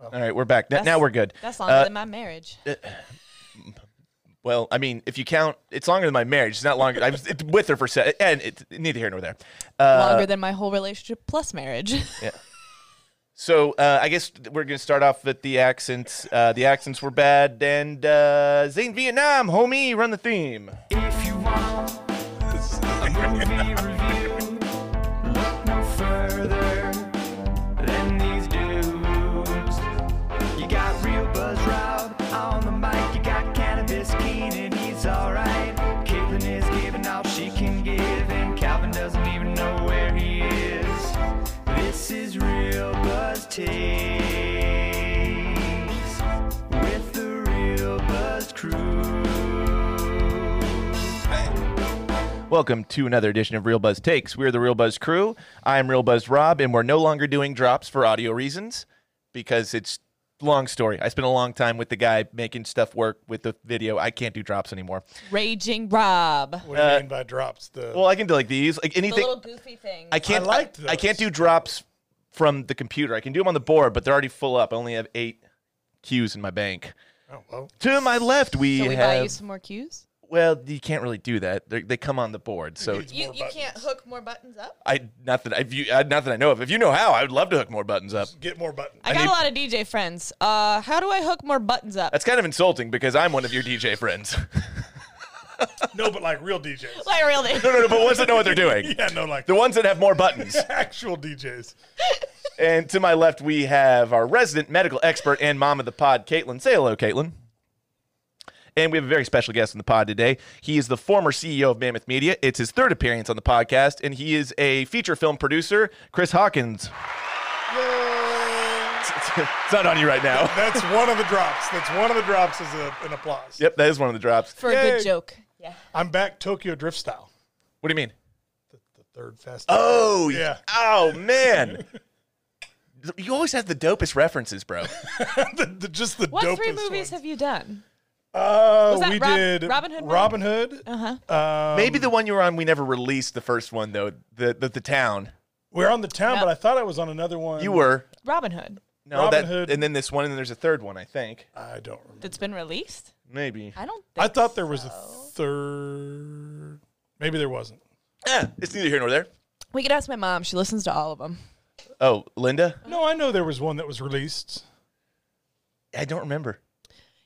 All right, we're back. Now, now we're good. That's longer Uh, than my marriage. Well, I mean, if you count, it's longer than my marriage. It's not longer. I was it, with her for se- and it's neither here nor there. Uh, longer than my whole relationship plus marriage. so uh, I guess we're gonna start off with the accents. Uh, the accents were bad, and uh, Zane Vietnam, homie, run the theme. If you want a movie review, look no further than these dudes. You got real Buzz Rob on the mic, you got Cannabis Keenan, he's alright. Caitlin is giving all she can give, and Calvin doesn't even know where he is. This is Real Buzz Takes with the Real Buzz Crew. Welcome to another edition of Real Buzz Takes. We're the Real Buzz crew. I'm Real Buzz Rob, and we're no longer doing drops for audio reasons because it's long story. I spent a long time with the guy making stuff work with the video. I can't do drops anymore. Raging Rob. What do you mean by drops? The Uh, Well, I can do like these, like The anything. little goofy thing. I can't. I, liked I can't those. do drops from the computer. I can do them on the board, but they're already full up. I only have eight cues in my bank. oh, well, To my left, we, Can we buy you have. some more cues? well, you can't really do that. They're, they come on the board, so It's You, more you can't buttons. hook more buttons up? I nothing. I you I, nothing I know of. If you know how, I would love to hook more buttons up. get more buttons. I, got need- a lot of DJ friends. Uh, how do I hook more buttons up? That's kind of insulting because I'm one of your DJ friends. no, but like real DJs. like real thing. no, no, no. But ones that know what they're doing. yeah, no, like The ones that have more buttons. actual DJs. and to my left, we have our resident medical expert and mom of the pod, Caitlin. Say hello, Caitlin. And we have a very special guest on the pod today. He is the former CEO of Mammoth Media. It's his third appearance on the podcast, and he is a feature film producer, Chris Hawkins. it's not on you right now. That's one of the drops. That's one of the drops is a, an applause. Yep, that is one of the drops. For a Yay. good joke. Yeah. I'm back Tokyo Drift style. What do you mean? The, the third festival. Oh, Yeah. Oh, man. you always have the dopest references, bro. the, the, just the What dopest three movies ones. have you done? Uh, Was that we Rob- did Robin Hood one? Robin Hood. Uh-huh. Um, Maybe the one you were on, we never released the first one, though, the, the, the town. we're on the town, No. but I thought I was on another one. You were. Robin Hood. No, Robin that Hood. and then this one, and then there's a third one, I think. I don't remember. That's been released? Maybe. I don't think I thought there was a third. Maybe there wasn't. Ah, it's neither here nor there. We could ask my mom. She listens to all of them. Oh, Linda? No, I know there was one that was released. I don't remember.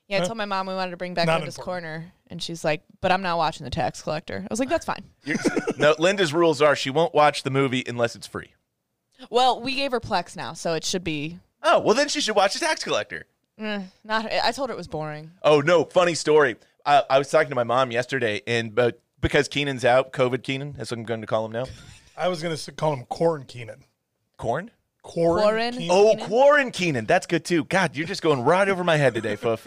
Yeah, I told my mom we wanted to bring back Not Linda's important. Corner, and she's like, "But I'm not watching the Tax Collector." I was like, "That's fine." You're- no, Linda's rules are she won't watch the movie unless it's free. Well, we gave her Plex now, so it should be Oh, well, then she should watch The Tax Collector. Mm, not. I told her it was boring. Oh, no, funny story. I, I was talking to my mom yesterday, and but because Keenan's out, COVID Keenan, that's what I'm going to call him now. I was gonna s- call him Corin Keenan. Corn? Corin. Corin? Keenan. Oh, Keenan? Quarren Keenan. That's good, too. God, you're just going right over my head today, Foof.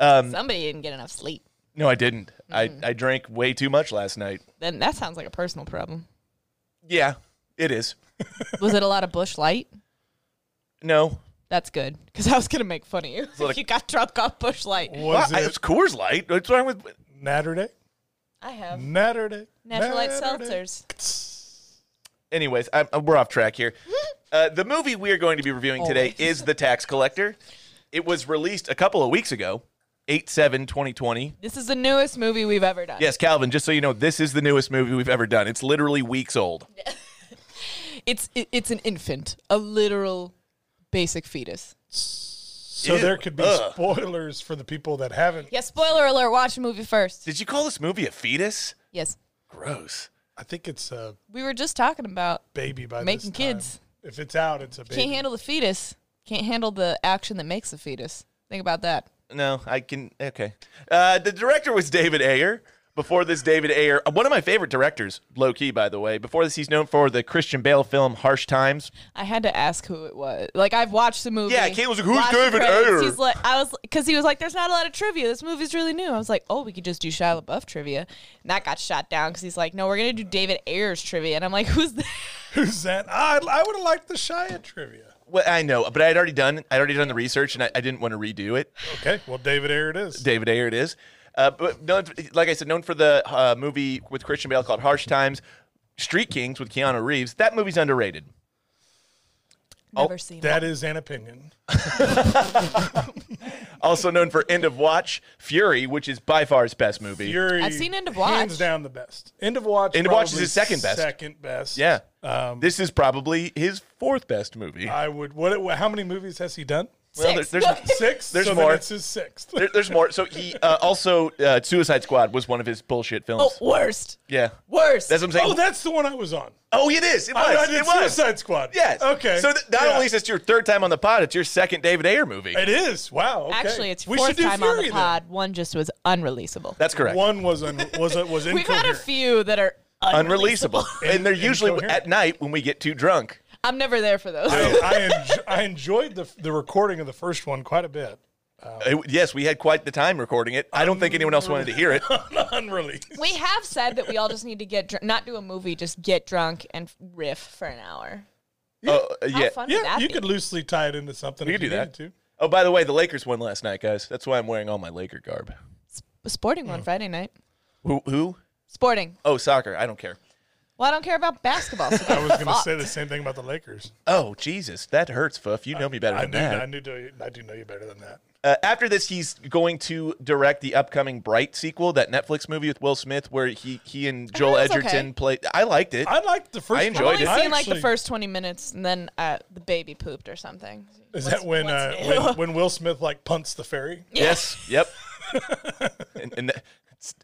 Somebody didn't get enough sleep. No, I didn't. I, I drank way too much last night. Then that sounds like a personal problem. Yeah, it is. Was it a lot of bush light? No, That's good because I was gonna make fun of you. lot of- you got drunk off bush light. Was Well, I- it it's Coors Light. What's wrong with? Natterday? I have Natterday. natural light Natterday. seltzers. Anyways, I, I- we're off track here. Uh, the movie we are going to be reviewing today is The Tax Collector. It was released a couple of weeks ago, 8 7 2020. This is the newest movie we've ever done. Yes, Calvin, just so you know, this is the newest movie we've ever done. It's literally weeks old. It's it, it's an infant, a literal basic fetus. So Ew, there could be ugh. spoilers for the people that haven't. Yeah. Spoiler alert. Watch the movie first. Did you call this movie a fetus? Yes. Gross. I think it's a We were just talking about baby by Making this time. kids. If it's out, it's a baby. can't handle the fetus. Can't handle the action that makes the fetus. Think about that. No, I can. Okay. Uh, the director was David Ayer, Before this, David Ayer, uh, one of my favorite directors, low key, by the way. Before this, he's known for the Christian Bale film Harsh Times. I had to ask who it was. Like I've watched the movie. Yeah, Kate was like, "Who's watched the David credits." Ayer?" He's like, I was because he was like, "There's not a lot of trivia. This movie's really new." I was like, "Oh, we could just do Shia LaBeouf trivia," and that got shot down because he's like, "No, we're gonna do David Ayer's trivia," and I'm like, "Who's that?" Who's that? I, I would have liked the Shia trivia. Well, I know, but I had already done I'd already done the research, and I, I didn't want to redo it. Okay, well, David Ayer it is. David Ayer it is. Uh, but known, like I said, known for the uh, movie with Christian Bale called Harsh Times, Street Kings with Keanu Reeves. That movie's underrated. Oh, Never seen that is an opinion. Also known for End of Watch, Fury, which is by far his best movie. Fury. I've seen End of Hands Watch. down the best. End of Watch. End of Watch is probably his second best. Second best. Yeah, Um, this is probably his fourth best movie. I would. What, what? How many movies has he done? well, there- Six. there's Six. There's so more. Then it's his sixth. there- there's more. So he uh, also uh, Suicide Squad was one of his bullshit films. Oh, worst, Yeah, worst. that's what I'm saying. oh, that's the one I was on. Oh, it is. It was. I, I did it was. Suicide Squad. Yes. Okay. So th- not Yeah. only is this your third time on the pod, it's your second David Ayer movie. it is. Wow. okay. Actually, it's We fourth should do time Fury on the then. pod. One just was unreleasable. That's correct. One was un- was was We've incoherent. had a few that are unreleasable. Unreleasable. and they're And- usually incoherent. at night when we get too drunk. I'm never there for those. I, I, enj- I enjoyed the the recording of the first one quite a bit. It- yes, we had quite the time recording it. I don't think anyone else wanted to hear it. Unreleased. We have said that we all just need to get dr- not do a movie, just get drunk and riff for an hour. Oh, uh, How yeah. fun would Yeah, that you be? could loosely tie it into something. We if could do you needed that. To. Oh, by the way, the Lakers won last night, guys. That's why I'm wearing all my Laker garb. A sporting one Friday night. Who? who? Sporting. Oh, soccer. I don't care. Well, I don't care about basketball. So I was going to say the same thing about the Lakers. Oh, Jesus. That hurts, Fuff. You know me better I than do, that. I, do, I do know you better than that. Uh, after this, he's going to direct the upcoming Bright sequel, that Netflix movie with Will Smith, where he he and Joel it was Edgerton Oh, okay. play. I liked it. I liked the first. I I've enjoyed one. only it. seen like the actually- first twenty minutes, and then uh, the baby pooped or something. Is that when, uh, when when Will Smith like punts the ferry? Yes. Yep. and, and that- it's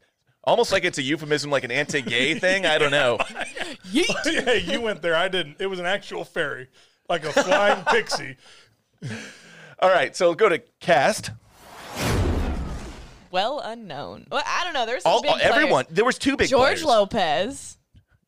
almost like it's a euphemism, like an anti-gay thing. I don't know. yeah, you went there. I didn't. It was an actual ferry, like a flying pixie. All right, so go to cast. Well, unknown. Well, I don't know. There's some All, big all- everyone. players. There was two big George players. Lopez,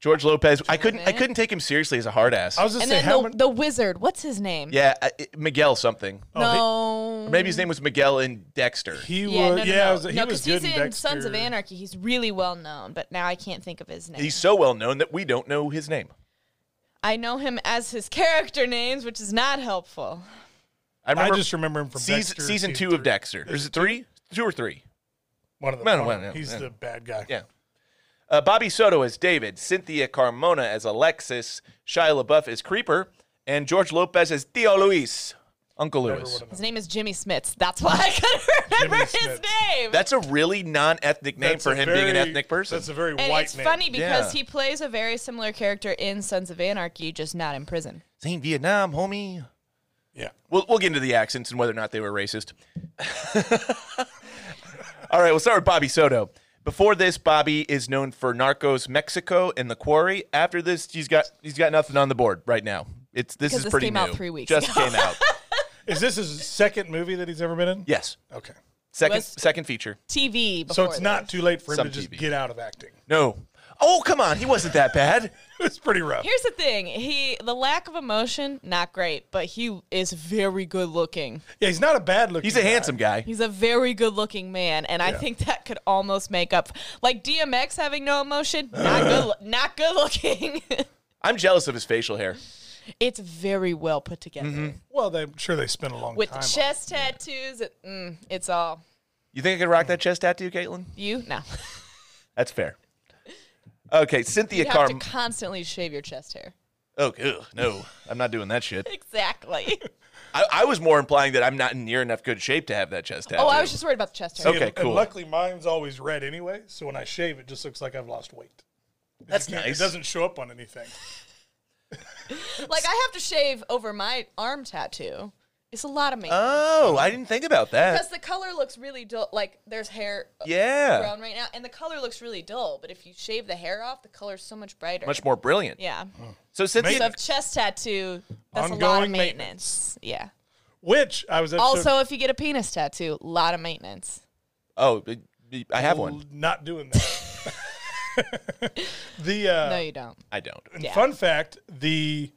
George Lopez. I couldn't. I Lopez. couldn't take him seriously as a hard ass. I was just and saying then how the, many. the wizard. What's his name? yeah, Oh, I, it- Miguel something. No. Maybe his name was Miguel and Dexter. Oh, He Yeah, was. no, no, yeah, no. I was- he No, was 'cause good he's in in Sons of Dexter. Anarchy. He's really well known, but now I can't think of his name. He's so well known that we don't know his name. I know him as his character names, which is not helpful. I I remember just remember him from season, Dexter, season two of three. Dexter. Is it three? Two or three? One of the. No, no, one of no, them. no, He's no. the bad guy. Yeah. Uh, Bobby Soto as David, Cynthia Carmona as Alexis, Shia LaBeouf as Creeper, and George Lopez as Tio Luis, Uncle Never Louis. would've known. His name is Jimmy Smits. That's why I couldn't remember Jimmy his Smits. name. That's a really non-ethnic name That's for a him being an very- ethnic person. That's a very and white it's name. funny because Yeah. he plays a very similar character in Sons of Anarchy, just not in prison. Same Vietnam, homie. Yeah. We'll, we'll get into the accents and whether or not they were racist. All right, we'll start with Bobby Soto. Before this, Bobby is known for Narcos Mexico and The Quarry. After this, he's got he's got nothing on the board right now. It's this 'Cause is this pretty came new. out three weeks Just ago. came out. Is this his second movie that he's ever been in? Yes. Okay. Second Was- second feature. TV. Before So it's not this. too late for him Some to just TV. get out of acting. No. Oh, come on. He wasn't that bad. It's pretty rough. Here's the thing: he the lack of emotion, not great, but he is very good looking. Yeah, he's not a bad looking. He's a handsome guy. He's a very good looking man, and I think that could almost make up like DMX having no emotion, not good, loo- not good looking. I'm jealous of his facial hair. it's very well put together Well, they- I'm sure they spent a long with time. the on it. chest tattoos. It, mm, it's all You think I could rock that chest tattoo, Caitlin? you. No, That's fair. Okay, Cynthia you have to Carm. constantly shave your chest hair. oh, ugh, no, I'm not doing that shit. Exactly. I, I was more implying that I'm not in near enough good shape to have that chest tattoo. oh, I was just worried about the chest hair. Okay, and, cool. And luckily, mine's always red anyway, so when I shave, it just looks like I've lost weight. That's It nice. doesn't show up on anything. Like I have to shave over my arm tattoo. It's a lot of Uh, makeup. Oh, I didn't think about that. because the color looks really dull. Like there's hair Yeah, around right now, and the color looks really dull. But if you shave the hair off, the color's so much brighter. much more brilliant. yeah. So So Cynthia, if chest tattoo, that's a lot of Oh. Ongoing maintenance. Yeah. Which I was episode- Also, if you get a penis tattoo, a lot of maintenance. oh, I have one. not doing that. The uh, No, you don't. I don't. Yeah. fun fact: the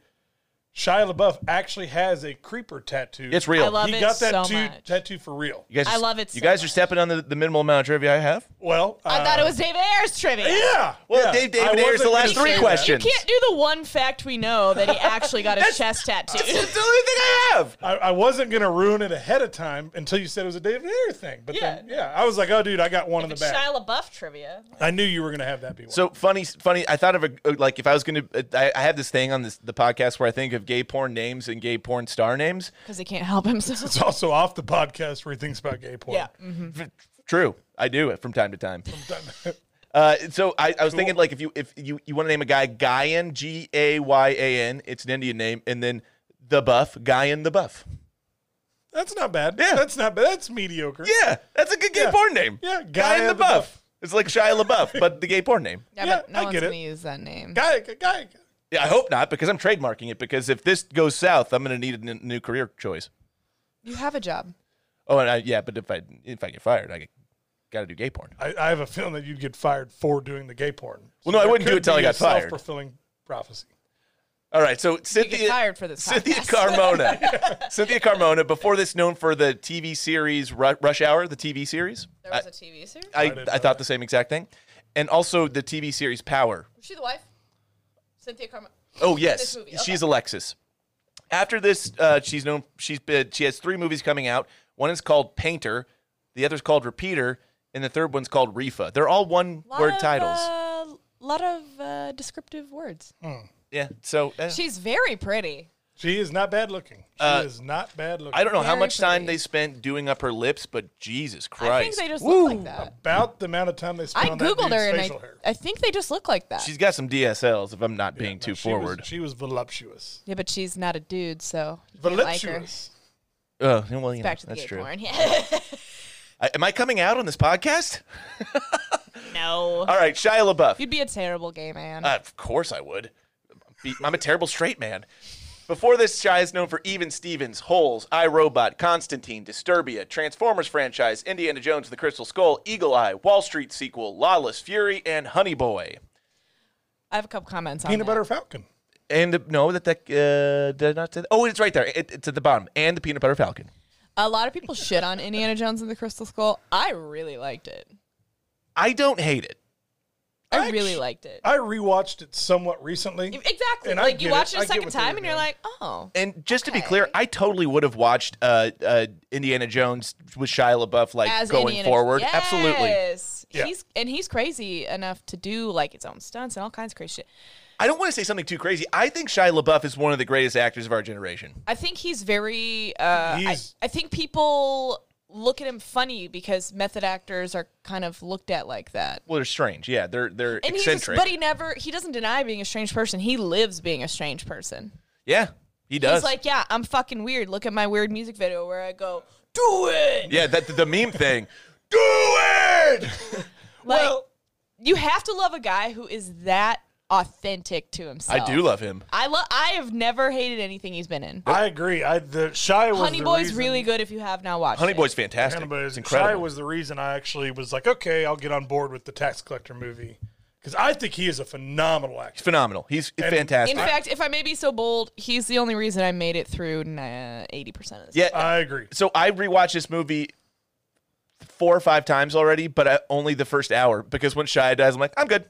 Shia LaBeouf actually has a creeper tattoo. It's real. I love he it got that so tattoo- much. tattoo for real. You guys, I are- love it You so guys are much. stepping on the, the minimal amount of trivia I have. Well, I thought it uh, was David Ayers trivia. Yeah. Well, yeah. Dave- I David Ayer's the wasn't last gonna three say that. questions. You can't do the one fact we know that he actually got a chest tattoo. It's the only thing I have. I, I wasn't gonna ruin it ahead of time until you said it was a David Ayer thing. But then, Yeah. yeah, I was like, oh, dude, I got one in the It's back. Shia LaBeouf trivia. I knew you were gonna have that be one. So funny, funny. I thought of a uh, like if I was gonna. I, I have this thing on this the podcast where I think of gay porn names and gay porn star names. Because he can't help himself. it's also off the podcast where he thinks about gay porn. yeah. mhm. True, I do it from time to time. Uh, so I, I was thinking like if you if you you want to name a guy Guyan G A Y A N, it's an Indian name, and then the Buff Guyan the Buff. That's not bad. Yeah. That's not bad. That's mediocre. Yeah, that's a good gay Yeah. porn name. Yeah, Guy Guyan in the, the buff. Buff. It's like Shia LaBeouf, but the gay porn name. Yeah, Yeah, but no I one's get it. going to use that name. Guy, guy. Yeah, I hope not because I'm trademarking it. Because if this goes south, I'm going to need a n- new career choice. You have a job. Oh, and I, yeah, but if I if I get fired, I got to do gay porn. I, I have a feeling that you'd get fired for doing the gay porn. Well, no, I there wouldn't do could it till I be got a fired. Self-fulfilling prophecy. All right, so You Cynthia get fired for this Cynthia podcast. Carmona, Cynthia Carmona, before this known for the TV series Ru- Rush Hour, the TV series. There I, was a TV series? I, didn't I know thought the same exact thing, and also the TV series Power. Was she the wife? Cynthia Carmona. Oh yes, this movie. Okay. she's Alexis. After this, uh, she's known. She's been, she has three movies coming out. One is called Painter, the other's called Repeater, and the third one's called Rifa. They're all one-word titles. A lot of uh, descriptive words. yeah. So uh, She's very pretty. She is not bad looking. She is not bad looking. I don't know how very much time pretty. they spent doing up her lips, but Jesus Christ, I think they just look like that. about the amount of time they spent I on googled that dude's her and I, facial hair. I think they just look like that. she's got some DSLs. If I'm not being too She was- forward. she was voluptuous. yeah, but she's not a dude, so you can't like her. Voluptuous. Oh well, you know, Back to the that's gay true. porn. Yeah. I, am I coming out on this podcast? no. All right, Shia LaBeouf. You'd be a terrible gay man. Uh, of course I would. Be- I'm a terrible straight man. Before this, Shy is known for Even Stevens, Holes, iRobot, Constantine, Disturbia, Transformers franchise, Indiana Jones, and The Crystal Skull, Eagle Eye, Wall Street sequel, Lawless Fury, and Honey Boy. I have a couple comments on Peanut that. butter falcon. And the, no, that that uh, did I not say that? Oh, it's right there. It, it's at the bottom. And the Peanut Butter Falcon. A lot of people shit on Indiana Jones and the Crystal Skull. I really liked it. I don't hate it. I Actu- really liked it. I rewatched it somewhat recently. exactly. And I like you get watch it a it. I get second what they were time and you're doing. like, oh. And just to be Okay. clear, I totally would have watched uh, uh, Indiana Jones with Shia LaBeouf, like As going Indiana- forward. Absolutely. Yes. Yeah. He's and he's crazy enough to do like his own stunts and all kinds of crazy shit. I don't want to say something too crazy. I think Shia LaBeouf is one of the greatest actors of our generation. I think he's very. Uh, He's- I, I think people look at him funny because method actors are kind of looked at like that. Well, they're strange. Yeah, they're they're And he's, eccentric. but he never. He doesn't deny being a strange person. He lives being a strange person. yeah, he does. He's like, yeah, I'm fucking weird. Look at my weird music video where I go, do it. yeah, that the meme thing. Do it. Like, well, you have to love a guy who is that authentic to I himself. do love him. I love. I have never hated anything he's been in. I agree. I the Shy was Honey the Boy's reason- really good if you have not watched. Honey it. Boy's fantastic. Honey Boy's it's incredible. Shy was the reason I actually was like, okay, I'll get on board with the tax collector movie because I think he is a phenomenal actor. phenomenal. He's fantastic. In fact, if I may be so bold, he's the only reason I made it through uh, eighty percent of this. yeah. I agree. so I rewatched this movie four or five times already, but I, only the first hour because when Shia dies, I'm like, I'm good.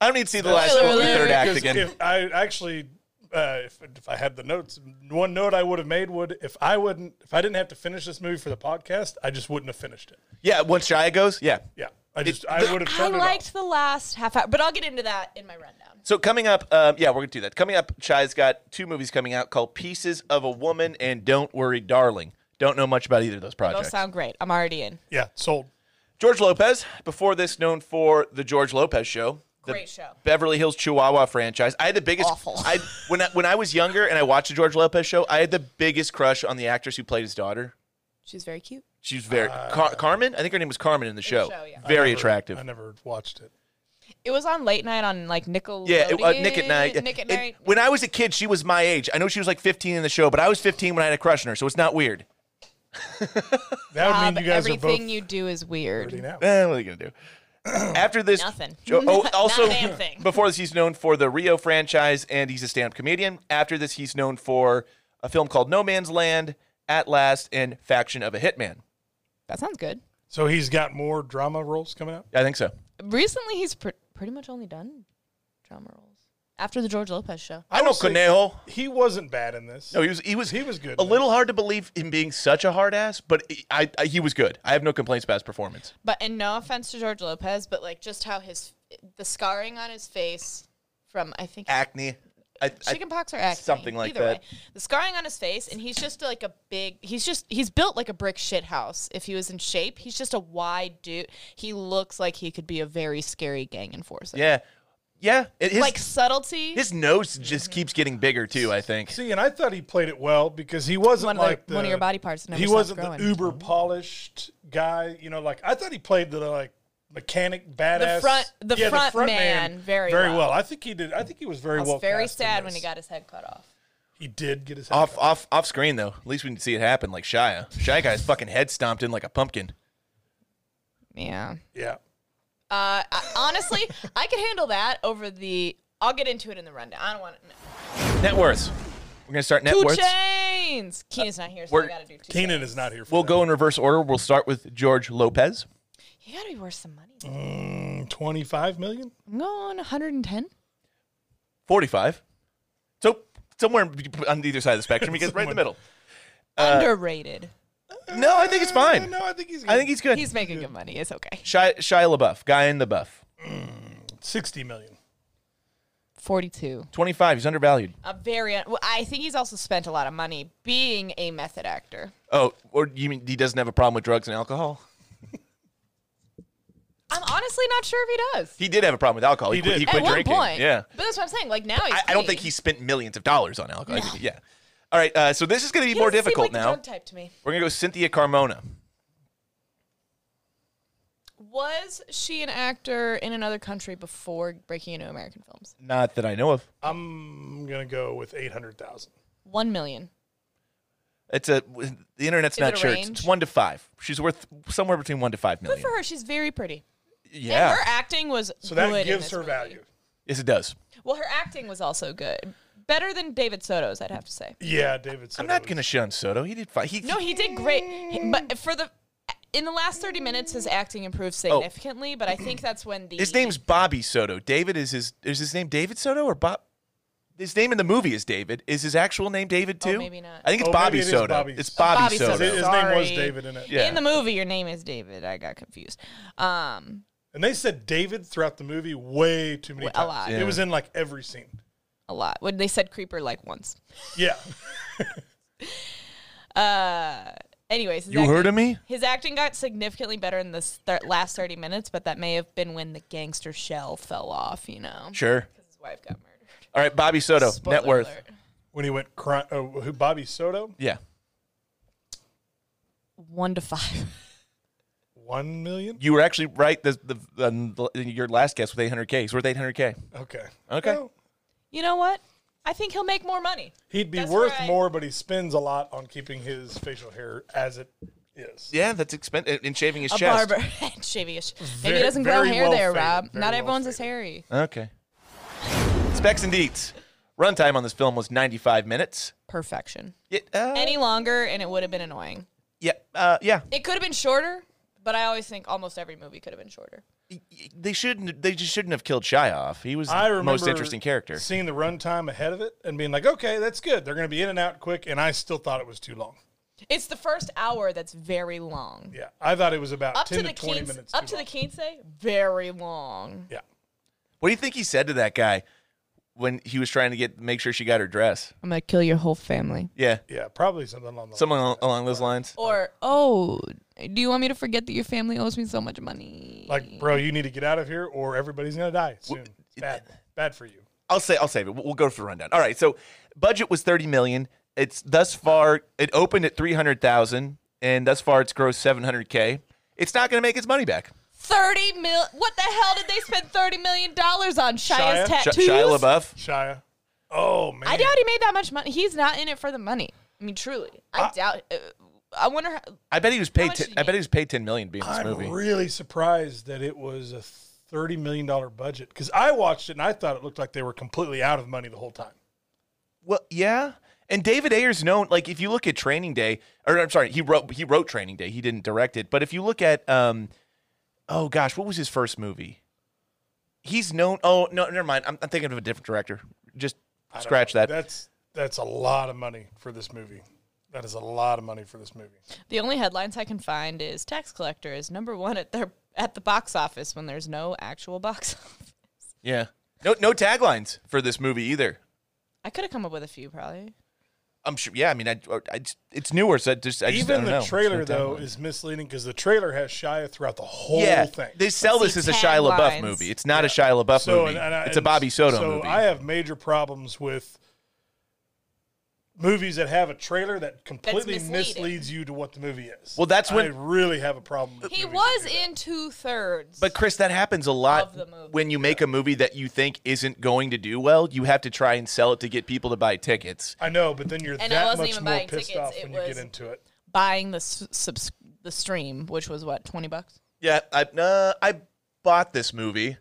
I don't need to see the last Spoiler one, the alert. third act Because again. if I actually, uh, if, if I had the notes, one note I would have made would if I wouldn't, if I didn't have to finish this movie for the podcast, I just wouldn't have finished it. yeah, once Shia goes, yeah. Yeah, I just I would have I turned it off. liked the last half hour, but I'll get into that in my rundown. So coming up, um, yeah, we're gonna do that. Coming up, Chai's got two movies coming out called "Pieces of a Woman" and "Don't Worry, Darling." Don't know much about either of those Both projects. sound great. I'm already in. Yeah, sold. George Lopez, before this, known for the George Lopez Show, the Great show. Beverly Hills Chihuahua franchise. I had the biggest. Awful. I when I, when I was younger and I watched the George Lopez Show, I had the biggest crush on the actress who played his daughter. She's very cute. She was very Car- Carmen. I think her name was Carmen in the show. Ah. show, yeah. Very Never- attractive. I never watched it. It was on late night on like Nickel. Yeah, it, uh, Nick at Night. Nick at It- Night. when I was a kid, she was my age. I know she was like 15 in the show, but I was 15 when I had a crush on her, so it's not weird. That would Bob, mean you guys are both Uh, everything you do is weird. pretty now. Eh, what are you gonna do? After this, Nothing. Jo- oh, Not a also damn thing. before this, he's known for the Rio franchise, and he's a stand-up comedian. After this, he's known for a film called No Man's Land, At Last, and Faction of a Hitman. That sounds good. So he's got more drama roles coming out. I think so. Recently, he's pr- pretty much only done drama roles after the George Lopez show. I know would say Conejo. He wasn't bad in this. No, he was he was He was good. A little hard to believe him being such a hard ass, but I, I he was good. I have no complaints about his performance. But and no offense to George Lopez, but like just how his the scarring on his face from I think Acne, I, I, chickenpox or acne, something like either that. Way. The scarring on his face, and he's just like a big. He's just he's built like a brick shit house. If he was in shape, he's just a wide dude. He looks like he could be a very scary gang enforcer. yeah, yeah. It, his, like subtlety. his nose just keeps getting bigger too. I think. See, and I thought he played it well because he wasn't One of the- like the, one of your body parts never he stopped wasn't growing. the uber polished guy. You know, like I thought he played the like mechanic badass. front- the Yeah, front man very well. well. I think he did. I think he was very I was well. very cast in sad when this. he got his head cut off. He did get his head Off, cut. off, off screen though. At least we can see it happen. Like Shia, Shy Guy's fucking head stomped in like a pumpkin. Yeah. Yeah. Uh, I, honestly, I could handle that over the. I'll get into it in the rundown. I don't want to. Net worths. We're gonna start net Two worths. chains. Keenan's not here, so we're- we gotta do two. Keenan is not here. For We'll that. go in reverse order. We'll start with George Lopez. You gotta be worth some money. twenty five mm, million. I'm going 110. 45. So somewhere on either side of the spectrum, he gets right in the middle. Uh, Underrated. No, I think it's fine. No, I think he's. I think he's good. He's making good money. It's okay. Shia, Shia LaBeouf, guy in the buff. sixty million. 42. 25. He's undervalued. A very. Un- well, I think he's also spent a lot of money being a method actor. Oh, or you mean he doesn't have a problem with drugs and alcohol? I'm honestly not sure if he does. He did have a problem with alcohol. He, He quit, did. he At quit one drinking. point. Yeah. But that's what I'm saying. Like now he's. I, I don't clean. think he spent millions of dollars on alcohol. I think- yeah. All right. Uh, so this is going to be He more doesn't seem difficult like the now. drug type to me. We're going to go Cynthia Carmona. Was she an actor in another country before breaking into American films? Not that I know of. I'm gonna go with eight hundred thousand. One million. It's a the internet's Is not it a sure. range? It's, it's one to five. She's worth somewhere between one to five Good million. for her. She's very pretty. Yeah. And her acting was So that good in gives this her movie. value. Yes, it does. Well, her acting was also good. Better than David Soto's, I'd have to say. Yeah, David. I'm not gonna shun Soto. He did fine. He, No, he did great. He- But for the in the last 30 minutes his acting improved Oh. significantly, but I think that's when the his name's Bobby Soto. David is his. Is his name David Soto or Bob? His name in the movie is David. Is his actual name David Oh, too? maybe not. I think it's Oh, Bobby maybe it is Soto. Bobby. It's Bobby, Bobby Soto. Soto. His name was Sorry. David in it. Yeah. in the movie your name is David. I got confused. Um And they said David throughout the movie way too many A times. lot. Yeah. It was in like every scene. a lot. When they said creeper like once. Yeah. Uh anyways, his You heard of me? His acting got significantly better in the thir- last 30 minutes, but that may have been when the gangster shell fell off, you know. Sure. His wife got murdered. All right, Bobby Oh, Soto. Spoiler net worth. alert. When he went crying, oh, who Bobby Soto? Yeah. One to five. One million. You were actually right. The, the, the, your last guess with 800k. He's worth 800k. Okay. Okay. Well, You know what? I think he'll make more money. he'd be That's worth right. more, but he spends a lot on keeping his facial hair as it is. Yeah, that's expensive. And shaving his a chest. barber and shave his- Maybe Very- he doesn't grow very hair well there, faded, Rob. very Not well everyone's as faded. hairy. Okay. Specs and deets. Runtime on this film was 95 minutes. Perfection. It, uh, Any longer, and it would have been annoying. yeah, uh, yeah. It could have been shorter, but I always think almost every movie could have been shorter. They shouldn't. They just shouldn't have killed Shia off. He was I the remember most interesting character. Seeing the runtime ahead of it and being like, okay, that's good. They're going to be in and out quick. And I still thought it was too long. It's the first hour that's very long. Yeah. I thought it was about Up 10 to the to, 20 Keens, minutes. up too to the long. Keens, very long. Yeah. What do you think he said to that guy when he was trying to get make sure she got her dress? I'm gonna kill your whole family. Yeah, Yeah. Probably something along the someone al- along those lines. Or oh, do you want me to forget that your family owes me so much money? Like, bro, you need to get out of here or everybody's going to die soon. It's bad. Bad for you. I'll say I'll save it. We'll we'll go for the rundown. All right. So budget was 30 million. It's thus far it opened at 300,000 and thus far it's grossed 700k. It's not going to make its money back. 30 mil. What the hell did they spend 30 million dollars on? Shia's Shia? Sh- Sh- tattoos? Shia LaBeouf. Shia. Oh, man. I doubt he made that much money. He's not in it for the money. I mean, truly. I doubt. Uh, I wonder. How, I bet he was paid. much T- did he I bet make? he was paid ten million to be in this I'm movie. really surprised that it was a thirty million dollar budget because I watched it and I thought it looked like they were completely out of money the whole time. Well, yeah. And David Ayer's known like if you look at Training Day, or I'm sorry, he wrote he wrote Training Day. He didn't direct it, but if you look at um, oh gosh, what was his first movie? He's known. Oh no, never mind. I'm, I'm thinking of a different director. Just I don't scratch know. that. That's that's a lot of money for this movie. That is a lot of money for this movie. the only headlines I can find is tax collector is number one at their at the box office when there's no actual box. office. Yeah. No no taglines for this movie either. I could have come up with a few probably. I'm sure. Yeah, I mean, I, I just- it's newer, so I just I just, I Even don't the know. There's trailer no though taglines. is misleading because the trailer has Shia throughout the whole yeah. thing. They sell this see, as a Shia LaBeouf taglines. movie. It's not a Shia LaBeouf movie. I- it's a Bobby Soto so movie. I have major problems with movies that have a trailer that completely misleading. misleads you to what the movie is. Well, that's I when- really have a problem. With He movies was that do that. in two thirds. But Chris, that happens a lot Of the movie. when you make a movie that you think isn't going to do well. You have to try and sell it to get people to buy tickets. I know, but then you're And I that wasn't much even more buying pissed tickets, off it when you get was- into it. buying the s- subs- the stream, which was what twenty bucks. Yeah, I uh, I bought this movie.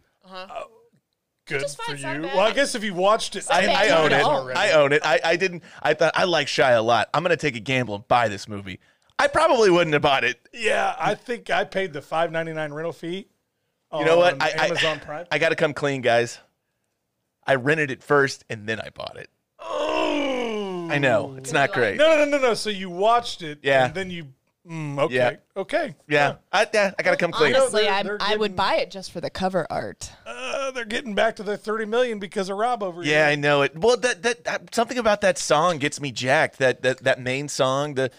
Good just for find you. some bad. Well, I guess if you watched it, I, bad I own movie it. at all. I own it. I, I didn't. I thought I like Shia a lot. I'm gonna take a gamble and buy this movie. I probably wouldn't have bought it. yeah, I think I paid the five ninety nine rental fee. You know what? on I, I- Amazon Prime. I got to come clean, guys. I rented it first and then I bought it. oh, I know it's not great. No, no, no, no. So you watched it, Yeah. and then you. Mm, okay, Yeah. okay. Yeah, I, yeah, I got to come clean. Honestly, they're- I, they're I would getting- buy it just for the cover art. Uh, they're getting back to their thirty million because of Rob over Yeah, I here. know it. Well, that, that that something about that song gets me jacked. That that, that main song, the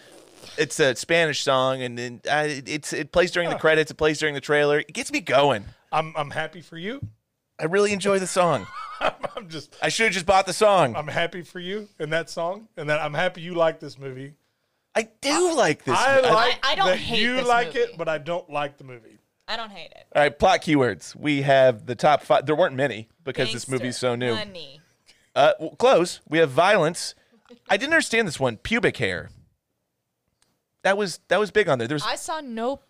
it's a Spanish song, and then uh, it- it's it plays during the credits. It plays during the trailer. It gets me going. I'm I'm happy for you. I really enjoy the song. I'm just I should have just bought the song. I'm happy for you in that song, and that I'm happy you like this movie. I do like this. I mo- like I don't that hate you this like movie. it, but I don't like the movie. I don't hate it all right, plot keywords. We have the top five. There weren't many because this movie's so new. Money. Uh, well, close. We have violence. I didn't understand this one. Pubic hair. That was that was big on there. There was I saw no.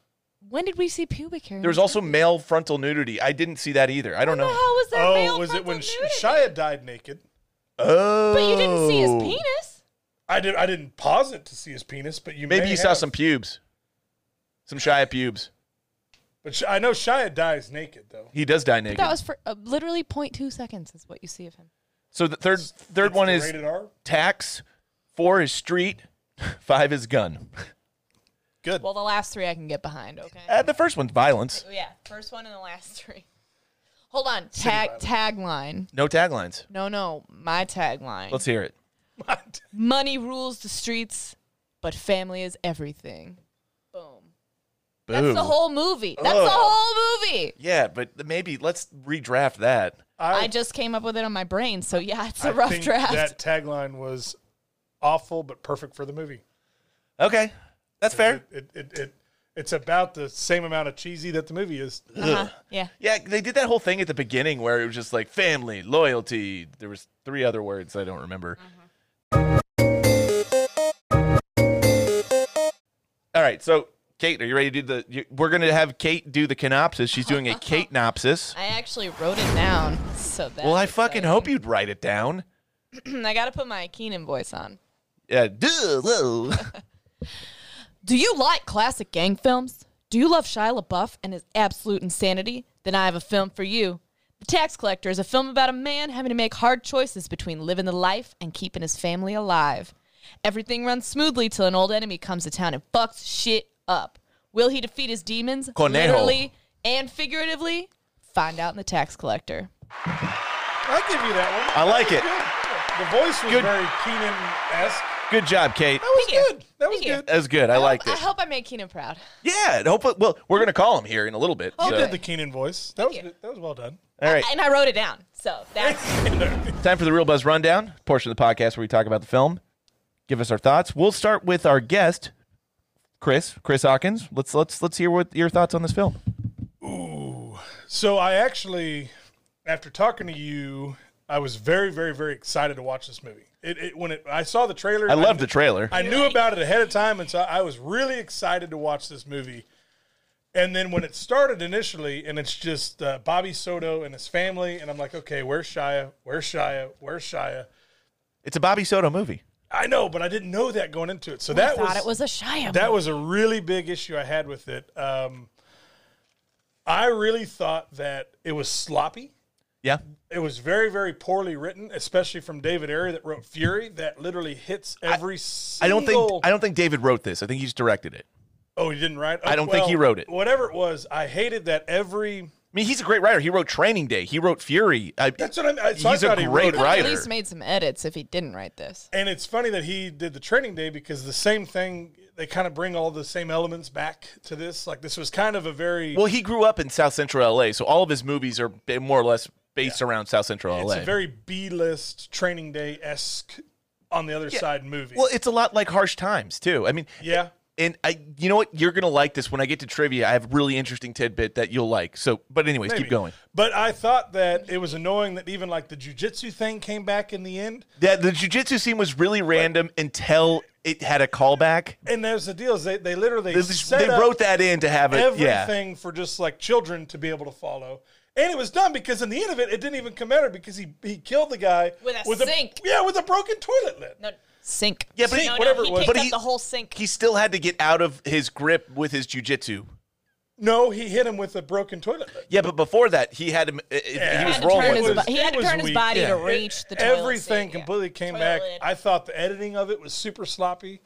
When did we see pubic hair? in there was this also male frontal nudity. I didn't see that either. I don't movie? How know. was there male Oh, was it frontal when Sh- nudity? Shia died naked? Oh. But you didn't see his penis. I did. I didn't pause it to see his penis, but you Maybe may you saw have. some pubes. Some Shia pubes. But Sh- I know Shia dies naked though. He does die naked. That was for uh, literally 0.2 seconds is what you see of him. so the third third It's one the is rated R. tax, four is street, five is gun. Good. Well, the last three I can get behind. Okay. Oh, Uh, the first one's violence. yeah, first one and the last three. Hold on. Tag tagline. No taglines. No, no, my tagline. Let's hear it. Money rules the streets, but family is everything. Boom. Boo. That's the whole movie. That's the whole movie. yeah, but maybe let's redraft that. I just came up with it on my brain, so yeah, it's a rough think draft. That tagline was awful, but perfect for the movie. Okay. That's fair. It, it, it, it it's about the same amount of cheesy that the movie is. Uh-huh. Yeah. Yeah, they did that whole thing at the beginning where it was just like family, loyalty. There was three other words I don't remember. Mm-hmm. All right, so Kate, are you ready to do the? You, we're gonna have Kate do the canopsis. She's doing a Kate nopsis. I actually wrote it down. So that Well, I fucking hope you'd write it down. I got to put my Keenan voice on. Yeah. duh, whoa. Do you like classic gang films? Do you love Shia LaBeouf and his absolute insanity? Then I have a film for you. The Tax Collector is a film about a man having to make hard choices between living the life and keeping his family alive. Everything runs smoothly till an old enemy comes to town and fucks shit up. Will he defeat his demons Conejo. literally and figuratively? Find out in The Tax Collector. I'll give you that I one. like it. The voice was very Keenan esque. Good job, Kate. That was Thank you. good. That was Thank you. good. That was good. I liked I it. hope I made Keenan proud. Yeah. and Hopefully, well, we're gonna call him here in a little bit. Oh, so- You good. did the Keenan voice. That was you. good. that was well done. All right. And I wrote it down. So that's Time for the Real Buzz Rundown, portion of the podcast where we talk about the film, give us our thoughts. We'll start with our guest, Chris, Chris Hawkins. Let's let's let's hear what your thoughts on this film. So I actually, after talking to you, I was very, very, very excited to watch this movie. It, it when it I saw the trailer. I loved the trailer. I knew about it ahead of time, and so I was really excited to watch this movie. And then when it started initially, and it's just uh, Bobby Soto and his family, and I'm like, okay, where's Shia? Where's Shia? Where's Shia? It's a Bobby Soto movie. I know, but I didn't know that going into it. So I that thought was, it was a Shia. that was a really big issue I had with it. Um, I really thought that it was sloppy. Yeah. It was very, very poorly written, especially from David Ayer that wrote Fury, that literally hits every I single. don't think I don't think David wrote this. I think he just directed it. Oh, he didn't write. I don't think he wrote it. Whatever it was, I hated that every. I mean, he's a great writer. He wrote Training Day. He wrote Fury. I, That's what I. So He's a I thought he great wrote it. writer. At least made some edits if he didn't write this. And it's funny that he did the training day because the same thing. They kind of bring all the same elements back to this. Like this was kind of a very. well, he grew up in South Central LA, so all of his movies are ba- more or less based around South Central it's LA. a very B list training day esque on the other side movie. well, it's a lot like Harsh Times too. I mean, yeah. and I, you know what? You're gonna like this. When I get to trivia, I have a really interesting tidbit that you'll like. So, but anyways, maybe. keep going. But I thought that it was annoying that even like the jujitsu thing came back in the end. That the jujitsu scene was really random until it had a callback. And there's the deal is they, they literally They, set they up wrote that in to have it. Yeah, everything for just like children to be able to follow. And it was done because in the end of it, it didn't even come out because he he killed the guy With a sink. yeah, with a broken toilet lid. No, sink. yeah, but Sink, he- no, no, whatever it he was. picked But up he- the whole sink. he still had to get out of his grip with his jujitsu. No, he hit him with a broken toilet lid. Yeah, but before that, he had him. i- i- He Yeah. was had to rolling. turn with his it. bo- he It had to was turn his weak. body to Yeah. reach the toilet Everything seat, yeah. completely came Toilet back. lid. I thought the editing of it was super sloppy.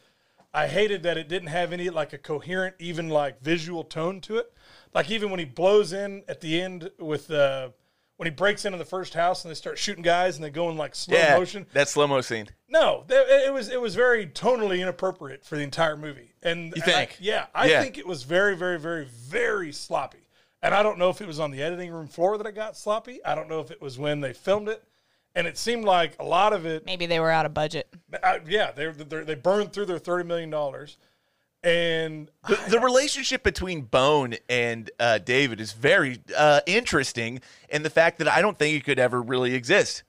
I hated that it didn't have any like a coherent, even like visual tone to it. Like even when he blows in at the end with the when he breaks into the first house and they start shooting guys and they go in like slow yeah, motion. that slow mo scene. No, th- it it was it was very tonally inappropriate for the entire movie. And you think? yeah, I Yeah. think it was very, very, very, very sloppy. And I don't know if it was on the editing room floor that it got sloppy. I don't know if it was when they filmed it. And it seemed like a lot of it, Maybe they were out of budget. I, yeah, they they they burned through their thirty million dollars. And The, the relationship between Bone and uh, David is very uh, interesting, and the fact that I don't think it could ever really exist.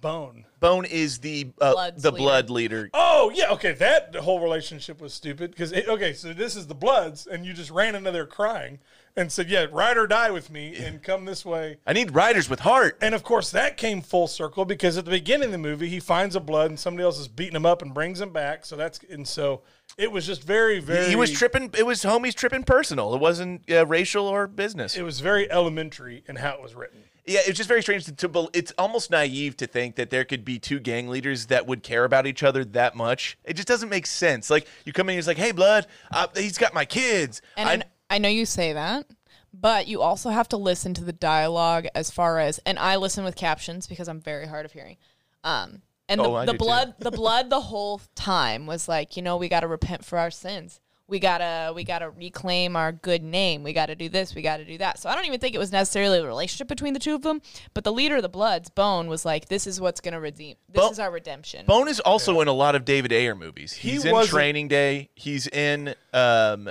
Bone. Bone is the uh, Blood's the leader. blood leader. Oh yeah, okay. That whole relationship was stupid because okay, so this is the Bloods, and you just ran into there crying and said, "Yeah, ride or die with me, and come this way." I need riders with heart. And of course, that came full circle because at the beginning of the movie, he finds a blood and somebody else is beating him up and brings him back. So that's and so it was just very, very. He was tripping. It was homies tripping personal. It wasn't uh, racial or business. It was very elementary in how it was written. yeah, it's just very strange. To, to bel- it's almost naive to think that there could be two gang leaders that would care about each other that much. It just doesn't make sense. Like you come in, he's like, "Hey, blood, uh, he's got my kids." And I, kn- I know you say that, but you also have to listen to the dialogue as far as, and I listen with captions because I'm very hard of hearing. Um, and Oh, I do the, the too. blood, the blood, the whole time was like, you know, we got to repent for our sins. We gotta, we gotta reclaim our good name. We gotta do this. We gotta do that. So I don't even think it was necessarily a relationship between the two of them. But the leader of the Bloods, Bone, was like, "This is what's gonna redeem. This Bo- is our redemption." Bone is also in a lot of David Ayer movies. He's in wasn't- Training Day. He's in. Um,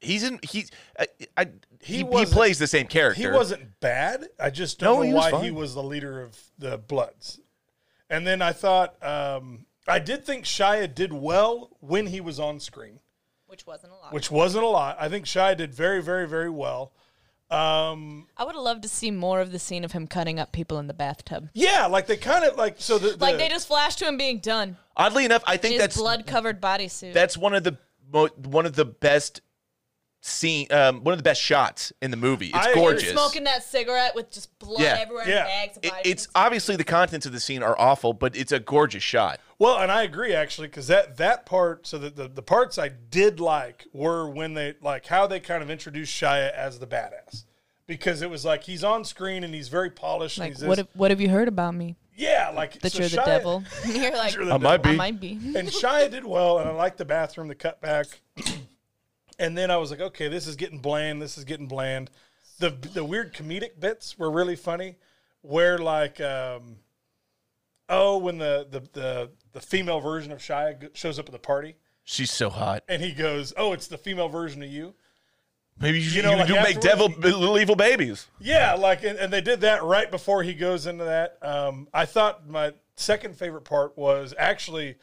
he's in. He's. I, I, he, he, wasn't- plays the same character. He wasn't bad. I just don't No, he know was why he fine. was the leader of the Bloods. And then I thought, um, I did think Shia did well when he was on screen. which wasn't a lot. which wasn't a lot. I think Shia did very, very, very well. Um, I would have loved to see more of the scene of him cutting up people in the bathtub. yeah, like they kind of like so the, the Like they just flash to him being done. Oddly enough, I think His that's blood covered bodysuit. that's one of the mo- one of the best scene. Um, one of the best shots in the movie. It's I agree. gorgeous. smoking that cigarette with just blood Yeah. everywhere Yeah. and bags of It- vitamins. it's obviously the contents of the scene are awful, but it's a gorgeous shot. well, and I agree actually because that that part so the, the the parts I did like were when they like how they kind of introduced Shia as the badass because it was like he's on screen and he's very polished and like he's what this, have, what have you heard about me? yeah like That so you're the Shia- devil. you're like You're the I might I be. might be. and Shia did well, and I liked the bathroom, the cutback. and then I was like, okay, this is getting bland. This is getting bland. The the weird comedic bits were really funny. Where like, um, oh, when the the the the female version of Shia g- shows up at the party, She's so hot. and he goes, "Oh, it's the female version of you." Maybe you, You know, you like do make afterwards- devil little evil babies. Yeah, like, and, and they did that right before he goes into that. Um, I thought my Second favorite part was actually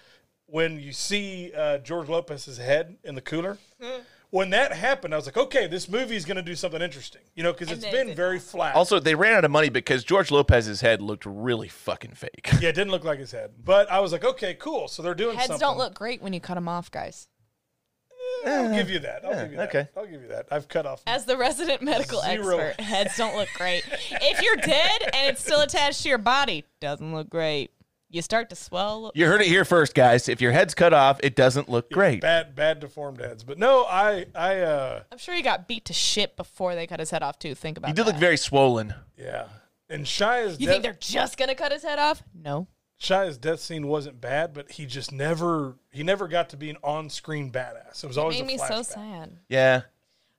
when you see uh, George Lopez's head in the cooler. Hmm. when that happened, I was like, okay, this movie's going to do something interesting, you know, because it's they been did very flat. Also, they ran out of money because George Lopez's head looked really fucking fake. yeah, it didn't look like his head, but I was like, okay, cool. So they're doing Heads something. don't look great when you cut them off, guys. I'll give you that. I'll give you that. okay. I'll give you that. I've cut off. As the resident medical Zero. expert, heads don't look great. if you're dead and it's still attached to your body, doesn't look great. You start to swell. You heard it here first, guys. If your head's cut off, it doesn't look great. Bad, bad deformed heads. But no, I, I, uh, I'm sure he got beat to shit before they cut his head off too. Think about You did look that. very swollen. yeah. And Shia's you death, think they're just gonna cut his head off? No. Shia's death scene wasn't bad, but he just never, he never got to be an on-screen badass. It was always Made a me so flashback. sad. Yeah.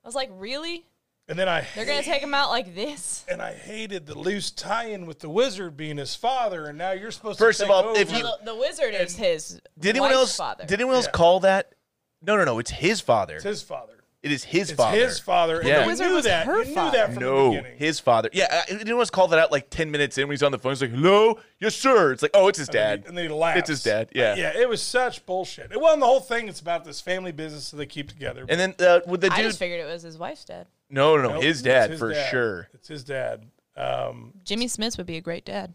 I was like, really? And then I, They're gonna take him out like this? and I hated the loose tie-in with the wizard being his father, and now you're supposed First to. of take all, if over. you- The, the wizard is his. Did anyone wife's else? Father. Did anyone else call that? No, no, no. It's his father. it's his father, It is his it's father. his father, and Yeah. you The wizard knew was that. her you knew that father. from the No, beginning. his father. Yeah, uh, I, I didn't want to call that out like ten minutes in when he's on the phone. He's like, "Hello, yes, sir." It's like, "Oh, it's his dad." And they laugh. It's his dad. Yeah. Yeah, it was such bullshit. It wasn't the whole thing. It's about this family business that they keep together. And then uh, with the I dude, just figured it was his wife's dad. no, no, no, Nope, his it's dad for dad. sure. It's his dad. Um, Jimmy Smith would be a great dad.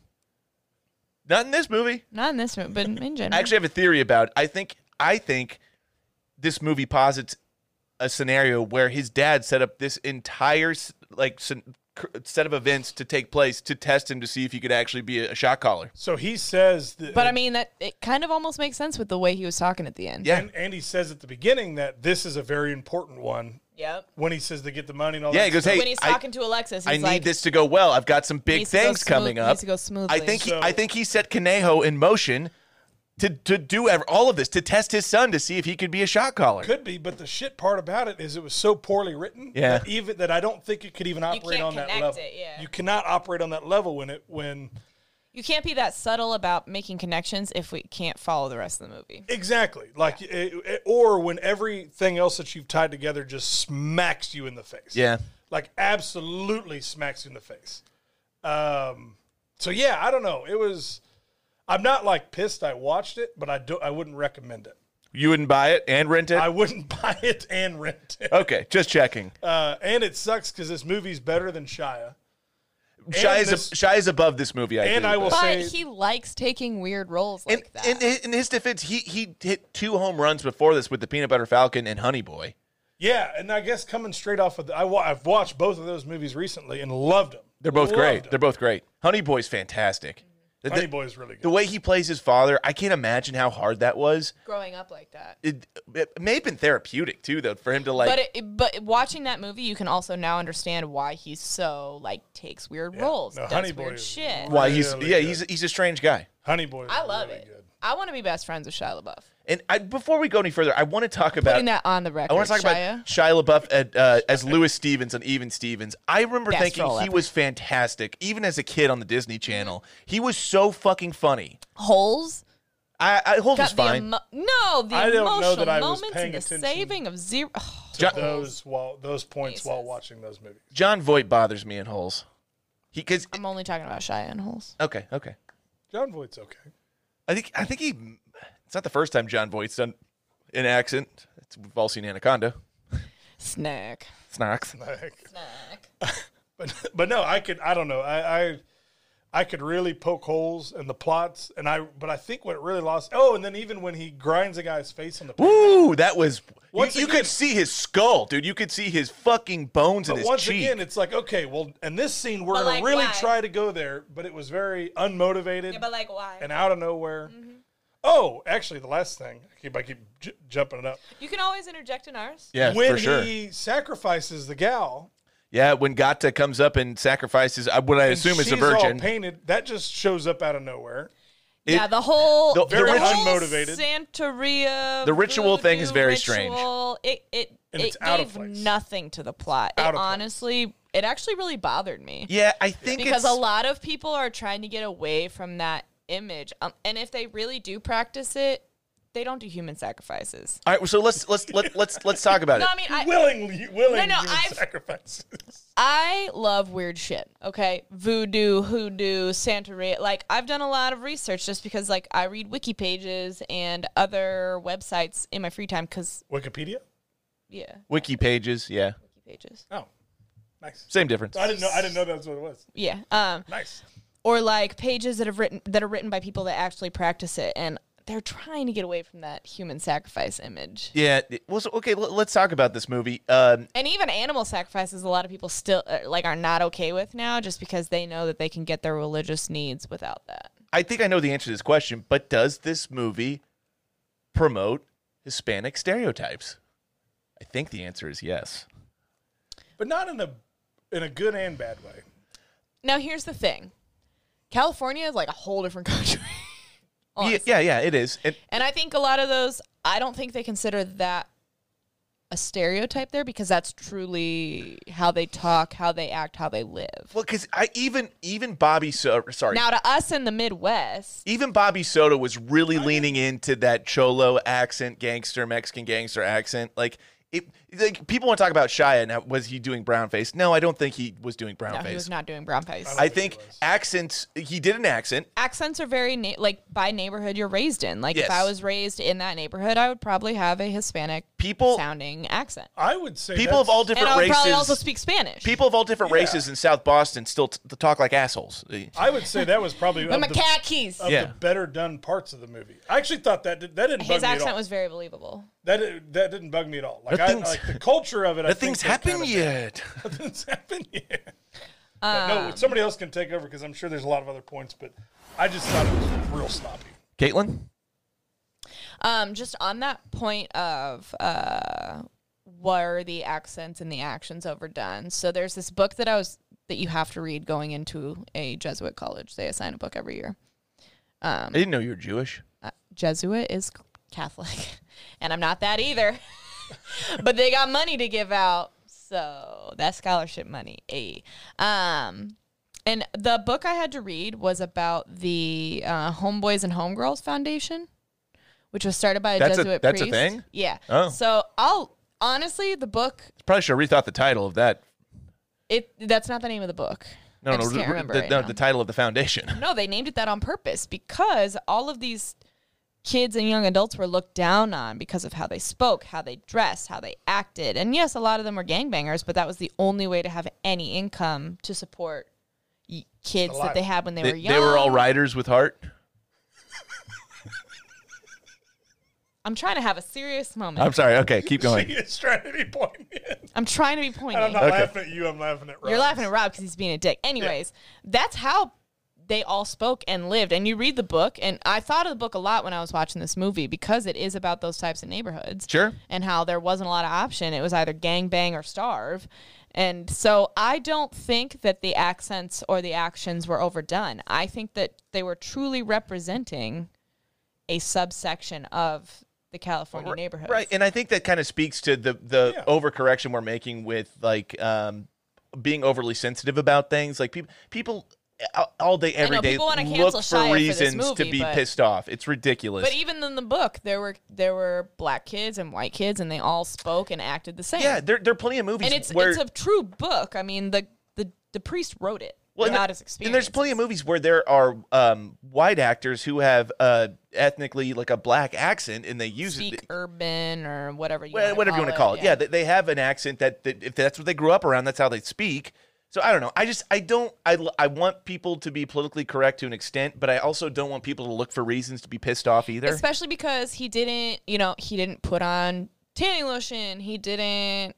Not in this movie. Not in this movie, but in general. I actually have a theory about. It. I think I think this movie posits a scenario where his dad set up this entire s- like sen- cr- set of events to take place to test him to see if he could actually be a shot caller. so he says that, but I mean that it kind of almost makes sense with the way he was talking at the end. Yeah. and, and he says at the beginning that this is a very important one. Yep. But When he says they get the money and all Yeah, that, he goes, stuff. "Hey, when he's I- talking to Alexis, he's I need like, this to go well. I've got some big needs to go things smooth- coming up. needs to go smoothly. I think he, So- I think he set Kaneho in motion to to do ev- all of this to test his son to see if he could be a shot caller. could be." But the shit part about it is it was so poorly written. Yeah. That even that, I don't think it could even operate can't on that connect level. it, yeah. You cannot operate on that level when it when you can't be that subtle about making connections if we can't follow the rest of the movie. Exactly. Like, it, it- or when everything else that you've tied together just smacks you in the face. Yeah. Like, absolutely smacks you in the face. Um, so yeah, I don't know. It was, I'm not like pissed I watched it, but I do, I wouldn't recommend it. You wouldn't buy it and rent it. I wouldn't buy it and rent it. okay, just checking. Uh, and it sucks because this movie's better than Shia. Shy is, this- Shy is above this movie. I and agree I with. will But say, he likes taking weird roles like In, that. in, hi- in his defense, he he hit two home runs before this with the Peanut Butter Falcon and Honey Boy. yeah. And I guess coming straight off of, the, I wa- I've watched both of those movies recently and loved them. They're both Loved great. them. They're both great. Honey Boy's fantastic. The, Honey the- Boy's really good. the way he plays his father, I can't imagine how hard that was. growing up like that. It, it may have been therapeutic too, though, for him to like. But it, but watching that movie, you can also now understand why he's so like takes weird roles, No, does Honey Boy weird is shit. why he's really yeah good. he's he's a strange guy. Honey Boy. I love it. Good. I want to be best friends with Shia LaBeouf. And I, before we go any further, I want to talk about Putting that on the record. I want to talk Shia. about Shia LaBeouf at, uh, as Lewis Stevens on Even Stevens. I remember Best thinking role he ever. was fantastic, even as a kid on the Disney Mm-hmm. Channel. He was so fucking funny. holes. I, I Holt was Got the fine. emo- no the I don't know emotional that I was moments paying and the attention saving of zero. Oh, Jo- those while those points while Jesus. watching those movies. John Voight bothers me in holes. He because I'm only talking about Shia and holes. okay okay. John Voight's okay. I think I think he. It's not the first time John Voight's done an accent. It's, we've all seen Anaconda. Snack. Snacks. Like, Snack. but but no, I could I don't know. I, I I could really poke holes in the plots and I but I think what really lost oh and then even when he grinds a guy's face on the Woo! That was. You, Once you again- could see his skull, dude. You could see his fucking bones and but his once cheek. again it's like okay well and this scene we're But, gonna like, really why? try to go there but it was very unmotivated like mm-hmm. why? and out of nowhere. Oh, actually the last thing I keep I keep j- jumping it up You can always interject in ours. yeah, when for sure. he sacrifices the gal yeah, when Gata comes up and sacrifices, I- what I and assume is a she's all virgin. painted that just shows up out of nowhere. yeah, the whole The- the, Very whole unmotivated. Santeria. The ritual thing is voodoo very strange. ritual, It it And it it's out of gave place. nothing to the plot. Out of it place. honestly, it actually really bothered me. Yeah, I think because it's, a lot of people are trying to get away from that image um, and if they really do practice it they don't do human sacrifices. All right, so let's let's let, let's let's talk about No, it. I mean, I, willingly, willing No, no, human I've- sacrifices. I love weird shit. Okay, voodoo, hoodoo, Santeria. Like I've done a lot of research just because like I read wiki pages and other websites in my free time. Cause Wikipedia? yeah, Wiki pages, yeah, wiki pages. Oh, nice. same difference. I didn't know. I didn't know that's what it was. Yeah. Um, Nice. or like pages that have written that are written by people that actually practice it, and they're trying to get away from that human sacrifice image. Yeah, it- well, so, okay, let- let's talk about this movie. Um, And even animal sacrifices, a lot of people still uh, like are not okay with now, just because they know that they can get their religious needs without that. I think I know the answer to this question, but does this movie promote Hispanic stereotypes? I think the answer is yes. But not in a in a good and bad way. Now, here's the thing California is like a whole different country. Yeah, Honestly. yeah, yeah, it is. And And I think a lot of those, I don't think they consider that a stereotype there because that's truly how they talk, how they act, how they live. well, because I even even Bobby, so, sorry, Now, to us in the Midwest, even Bobby Soto was really leaning into that cholo accent, gangster Mexican gangster accent. Like it, like people want to talk about Shia and how, was he doing brownface? No, I don't think he was doing no, brownface. he was not doing brown face. I think accents. He did an accent. Accents are very, na- like, by neighborhood you're raised in. Like, Yes. if I was raised in that neighborhood, I would probably have a Hispanic People- sounding accent. I would say People of all And different. different I would races. probably also speak Spanish. people of all different races in South Boston still t- talk like assholes. I would say that was probably of I'm a the- cat keys. of Yeah. the better done parts of the movie. I actually thought that did, that didn't bug His me at accent all. was very believable. that did, that didn't bug me at all. Like, I, Nothing's- like the culture of it. I Nothing's think was happened kind of- yet. Nothing's happened yet. But Uh, no, somebody else can take over because I'm sure there's a lot of other points. But I just thought it was real sloppy. Caitlin, Um, just on that point of uh, were the accents and the actions overdone? So there's this book that I was that you have to read going into a Jesuit college. They assign a book every year. I didn't know you were Jewish. Uh, Jesuit is Catholic, and I'm not that either. but they got money to give out, so that's scholarship money. A, um, and the book I had to read was about the uh, Homeboys and Homegirls Foundation, which was started by a That's a- Jesuit that's a priest. thing? Yeah. Oh. So I'll honestly, the book Probably should have rethought the title of that. it that's not the name of the book. No, I no, just the, can't remember the- right no, now. the title of the foundation. No, they named it that on purpose because all of these kids and young adults were looked down on because of how they spoke, how they dressed, how they acted. And yes, a lot of them were gangbangers, but that was the only way to have any income to support y- kids that they had when they, They, were they young. were all riders with heart. I'm trying to have a serious moment. I'm I'm, sorry. Okay, keep going. it's trying to be poignant. trying to be And I'm pointed. not Okay. laughing at you. I'm laughing at Rob. You're laughing at Rob because he's being a dick. Anyways, that's how they all spoke and lived. And you read the book, and I thought of the book a lot when I was watching this movie because it is about those types of neighborhoods. Sure. And how there wasn't a lot of option. It was either gang bang or starve. And so I don't think that the accents or the actions were overdone. I think that they were truly representing a subsection of the California neighborhood. Right, and I think that kind of speaks to the the Yeah. overcorrection we're making with like um, being overly sensitive about things. Like people people a- all day every know, day people wanna look cancel for Shia for this reasons to movie, be but- pissed off. It's ridiculous. But e-, even in the book, there were there were black kids and white kids, and they all spoke and acted the same. yeah, there there are plenty of movies and it's where it's a true book. I mean, the the, the priest wrote it. Well, Well, and not the- his experience. And there's plenty of movies where there are um, white actors who have uh, ethnically like a black accent, and they use speak it. urban or whatever you Wha- wanna whatever you call want to call it. Yeah, the, they, they have an accent that, that if that's what they grew up around, that's how they speak. So I don't know. I just I don't I l- I want people to be politically correct to an extent, but I also don't want people to look for reasons to be pissed off either. especially because he didn't. You know, he didn't put on tanning lotion. He didn't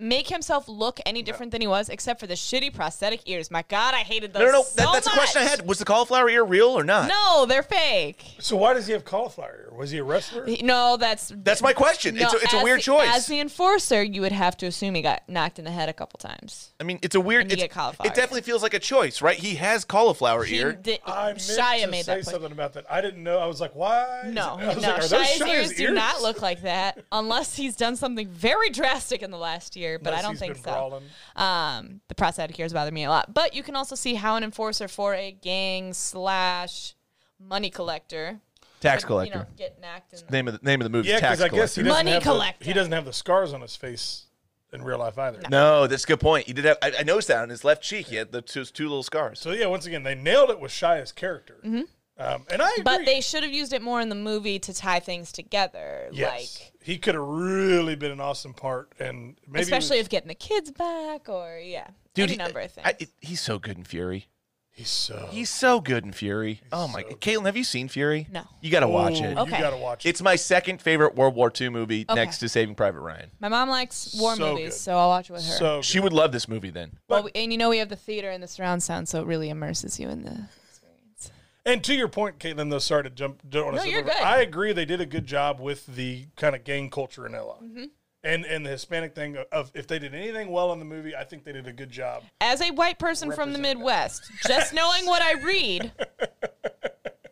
make himself look any different than he was, except for the shitty prosthetic ears. My God, I hated those. no, no, no. so That, that's a question I much. had. Was the cauliflower ear real or not? No, they're fake. So why does he have cauliflower? ear? Was he a wrestler? No, that's That's my question. it's No, a, it's a as weird the- choice. As the enforcer, you would have to assume he got knocked in the head a couple times. I mean, it's a weird. And you it's- get cauliflower It definitely feels like a choice, right? He has cauliflower He ear. did- I meant Shia to made say that point. something about that. I didn't know. I was like, why? is No, it- I was no, like, are those Shia's ears, do ears? not look like that unless he's done something very drastic in the last year. But I Unless don't he's think been so. brawling. Um, the prosthetic ears bother me a lot. But you can also see how an enforcer for a gang slash money collector Tax you collector. know, get knacked and Name of the name of the movie. Yeah, tax because I guess collector. he doesn't Money have collector. The, he doesn't have the scars on his face in real life either. No, that's a good point. He did have. I, I noticed that on his left cheek. He had the two, two little scars. So yeah, once again, they nailed it with Shia's character, um, and I agree. Mm-hmm. But they should have used it more in the movie to tie things together. yes, Like he could have really been an awesome part, and maybe especially if getting the kids back or yeah. any he- number of things. I- it- he's so good in Fury. he's so. He's so good in Fury. oh my, Caitlin, have you seen Fury? No. You got to Ooh, watch it. Okay. You gotta watch it. It's my second favorite World War II movie, Okay. next to Saving Private Ryan. My mom likes war So movies, good. so I'll watch it with her. So She would love this movie. Then well, we, and you know we have the theater and the surround sound, so it really immerses you in the experience. And to your point, Caitlin, though, sorry to jump. Don't wanna No, skip you're over. good. I agree. They did a good job with the kind of gang culture in LA. Mm-hmm. And, and the Hispanic thing of if they did anything well in the movie, I think they did a good job. As a white person from the Represent that. Midwest, just knowing what I read,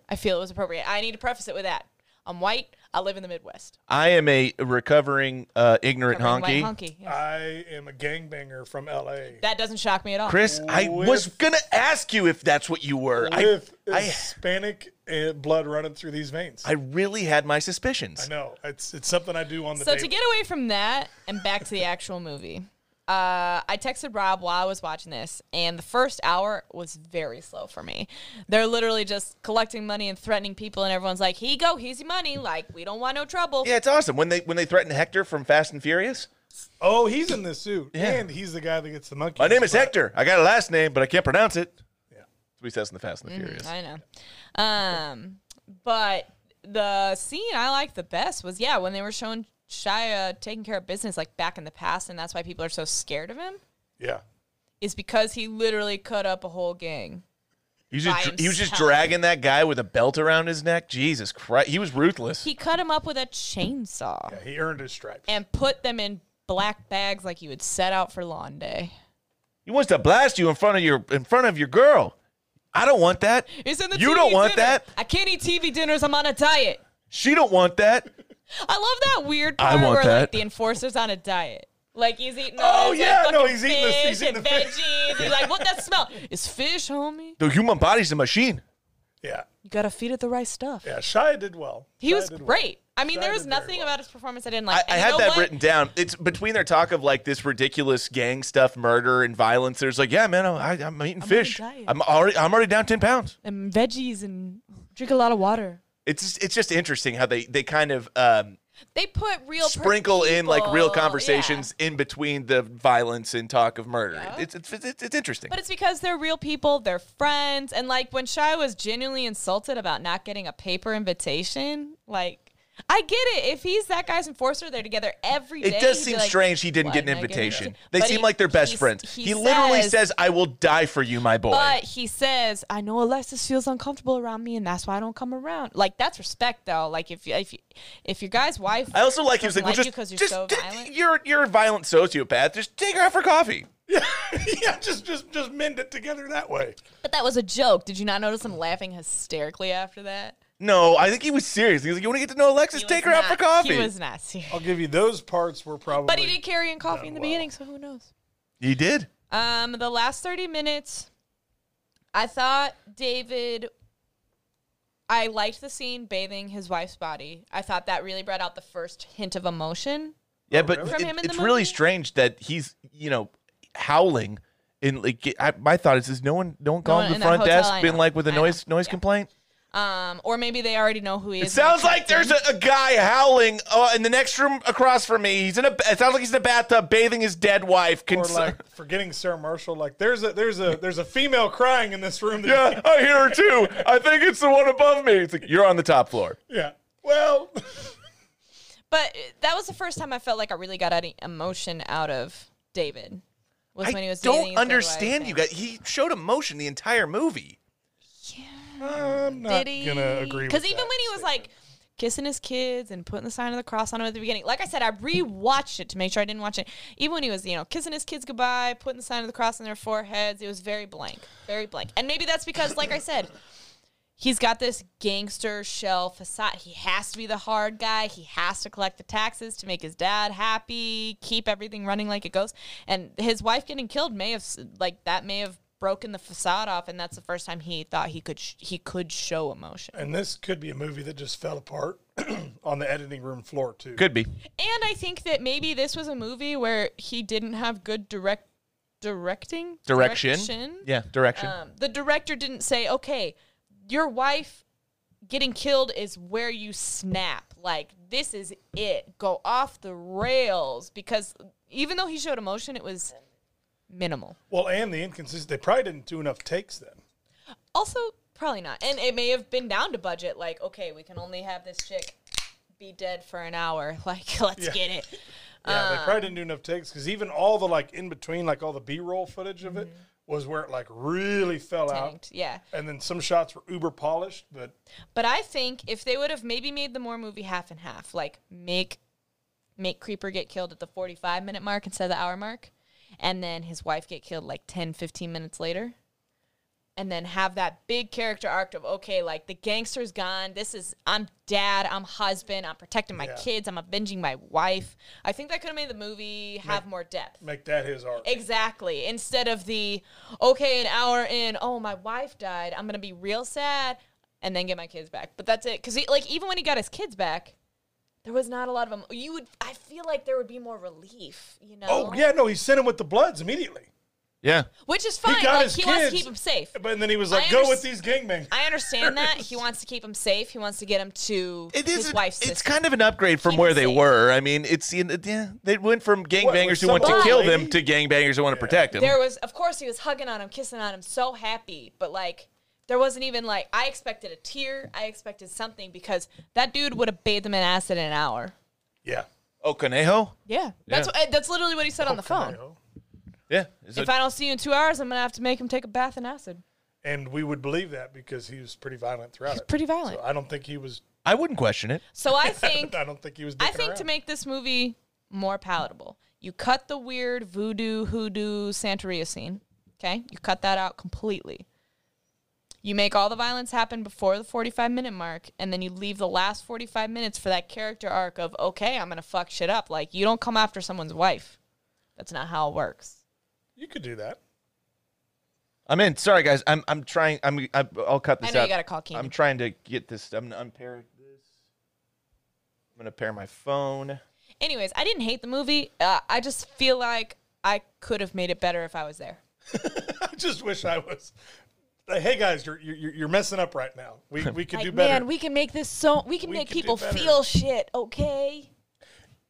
I feel it was appropriate. I need to preface it with that. I'm white. I live in the Midwest. I am a recovering uh, ignorant I'm a honky. White honky. Uh, yes. I am a gangbanger from LA that doesn't shock me at all. Chris, I With- was gonna ask you if that's what you were. I, with I, Hispanic uh blood running through these veins. I really had my I suspicions. know it's it's something I do on the So to daily. get away from that and back to the actual movie, uh, I texted Rob while I was watching this, and the first hour was very slow for me. They're literally just collecting money and threatening people, and everyone's like, "Here you go, here's your money. Like we don't want no trouble." Yeah, it's awesome when they when they threaten Hector from Fast and Furious. oh, he's in this suit, Yeah. and he's the guy that gets the monkey. My name is Hector. I got a last name, but I can't pronounce it. Yeah, that's what he says in the Fast and the Furious. Mm-hmm. I know. Um, but the scene I liked the best was yeah when they were showing Shia taking care of business like back in the past, and that's why people are so scared of him Yeah, is because he literally cut up a whole gang. He was, just, By he was just himself. dragging that guy with a belt around his neck. Jesus Christ, he was ruthless. He cut him up with a chainsaw. he earned his stripes. and put them in black bags like you would set out for lawn day. He wants to blast you in front of your in front of your girl. I don't want that. It's in the you TV don't want dinner. that. I can't eat TV dinners. I'm on a diet. She don't want that. I love that weird I part want where that. like the enforcer's on a diet. Like he's eating. Oh, all this, yeah, like, no, fucking he's eating this- fish he's eating and the fish. veggies. He's like, what that smell? It's fish, homie. The human body's a machine. Yeah, You gotta feed it the right stuff. yeah. Shia did well. He Shia was did well. great. I mean, there Shia was did very nothing well. about his performance I didn't I, like. I And you had know that what? written down. It's between their talk of like this ridiculous gang stuff, murder and violence. There's like, yeah, man, I, I- I'm eating fish. diet. I'm already I'm already down ten pounds. And veggies and drink a lot of water. It's just, it's just interesting how they they kind of um, They put real per- sprinkle in like real people- yeah. conversations in between the violence and talk of murder. It's, it's it's it's interesting. But it's because they're real people, they're friends, and like when Shia was genuinely insulted about not getting a paper invitation, like I get it. If he's that guy's enforcer, they're together every day. It does he'd be seem like, strange he didn't "Why get an didn't I an invitation. invitation?" They But seem he- like they're best he's- friends. He, he literally says- says, "I will die for you, my boy." But he says, "I know Alexis feels uncomfortable around me, and that's why I don't come around." Like that's respect, though. Like if you- if you, if your guy's wife, I also like he was like, doesn't "Well, like you just, 'cause you're just so t- violent." you're you're a violent sociopath. Just take her out for coffee." yeah, just just just mend it together that way. but that was a joke. Did you not notice him laughing hysterically after that? No, I think he was serious. He was like, "You want to get to know Alexis? He Take her was out for not- coffee." He was not serious, I'll give you those parts were probably. but he did carry in oh, coffee in the well. beginning, so who knows? He did. Um, the last thirty minutes, I thought David. I liked the scene bathing his wife's body. I thought that really brought out the first hint of emotion. Yeah, but really? From it- him in the it's really movie? strange that he's you know howling. And like, I, my thought is, is no one, no one calling one the in that front hotel, desk, I been know. like with a I know. noise, noise Yeah. complaint. Um, or maybe they already know who he is. It and sounds they like checked there's in. a, a guy howling uh, in the next room across from me. He's in a. It sounds like he's in a bathtub bathing his dead wife. Or Cons- like forgetting Sarah Marshall, like there's a there's a there's a female crying in this room. That yeah, I hear her too. I think it's the one above me. It's like you're on the top floor. yeah. Well, But that was the first time I felt like I really got any emotion out of David. Was when he I was dating don't his dead wife understand you and- guys. He showed emotion the entire movie. I'm not Did he? gonna agree. Because Because even when he was like kissing his kids and putting the sign of the cross on him at the beginning, like I said, I rewatched it to make sure I didn't watch it. Even when he was, you know, kissing his kids goodbye, putting the sign of the cross on their foreheads, it was very blank, very blank. And maybe that's because, like I said, he's got this gangster shell facade. He has to be the hard guy. He has to collect the taxes to make his dad happy, keep everything running like it goes. And his wife getting killed may have s- like that may have broken the facade off, and that's the first time he thought he could sh- he could show emotion. And this could be a movie that just fell apart on the editing room floor too. Could be. And I think that maybe this was a movie where he didn't have good direct directing Direction. Yeah, direction. Um, the director didn't say, "Okay, your wife getting killed is where you snap. Like this is it. Go off the rails." Because even though he showed emotion, it was minimal. Well, and the inconsistency. They probably didn't do enough takes then. Also, probably not. And it may have been down to budget. Like, okay, we can only have this chick be dead for an hour. Like, let's Yeah. get it. Yeah, Ah. they probably didn't do enough takes because even all the like in between, like all the B roll footage of it was where it like really fell out. Mm-hmm. Tanked. Yeah. And then some shots were uber polished, but But I think if they would have maybe made the more movie half and half, like make make Creeper get killed at the 45 minute mark instead of the hour mark, and then his wife get killed like 10, 15 minutes later, and then have that big character arc of, okay, like the gangster's gone. This is, I'm dad, I'm husband, I'm protecting my Yeah. kids, I'm avenging my wife. I think that could have made the movie have more depth. make that his art. Exactly. Instead of the okay, an hour in, oh my wife died, I'm gonna be real sad, and then get my kids back. But that's it, because like even when he got his kids back, there was not a lot of them. You would, I feel like there would be more relief, you know. Oh yeah, no, he sent him with the Bloods immediately. yeah. Which is fine. he got like his he kids, wants to keep them safe. But then he was I like, "Go with underst- these gangbangers." I understand that he wants to keep them safe. He wants to get them to It his is. wife's It's sister. kind of an upgrade from Keep where it they safe. were. I mean, it's yeah, they went from gangbangers who want to somebody- kill them to gangbangers who want to protect them. There was, of course, he was hugging on him, kissing on him, so happy. But like, there wasn't even like I expected a tear. I expected something because that dude would have bathed him in acid in an hour. Yeah. Oh, Conejo. Yeah, that's Yeah. what, that's literally what he said on the phone. Yeah. Is If it- I don't see you in two hours, I'm gonna have to make him take a bath in acid. And we would believe that because he was pretty violent throughout it. Pretty violent. So I don't think he was. I wouldn't question it. So I think I don't think he was. I dicking think to around. make this movie more palatable, you cut the weird voodoo, hoodoo, Santeria scene. Okay? You cut that out completely. You make all the violence happen before the 45 minute mark, and then you leave the last 45 minutes for that character arc of, okay, I'm going to fuck shit up. Like, you don't come after someone's wife. That's not how it works. you could do that. I'm in. Sorry, guys. I'm I'm trying. I'm, I'm I'll cut I this know you out. gotta call Keenan. I'm trying to get this. I'm gonna unpair this. I'm gonna pair my phone. Anyways, I didn't hate the movie. Uh, I just feel like I could have made it better if I was there. I just wish I was. Like, hey guys, you're you're, you're messing up right now. We we could do Like, better. man, we can make this so, we can We make could do people better. feel shit, okay?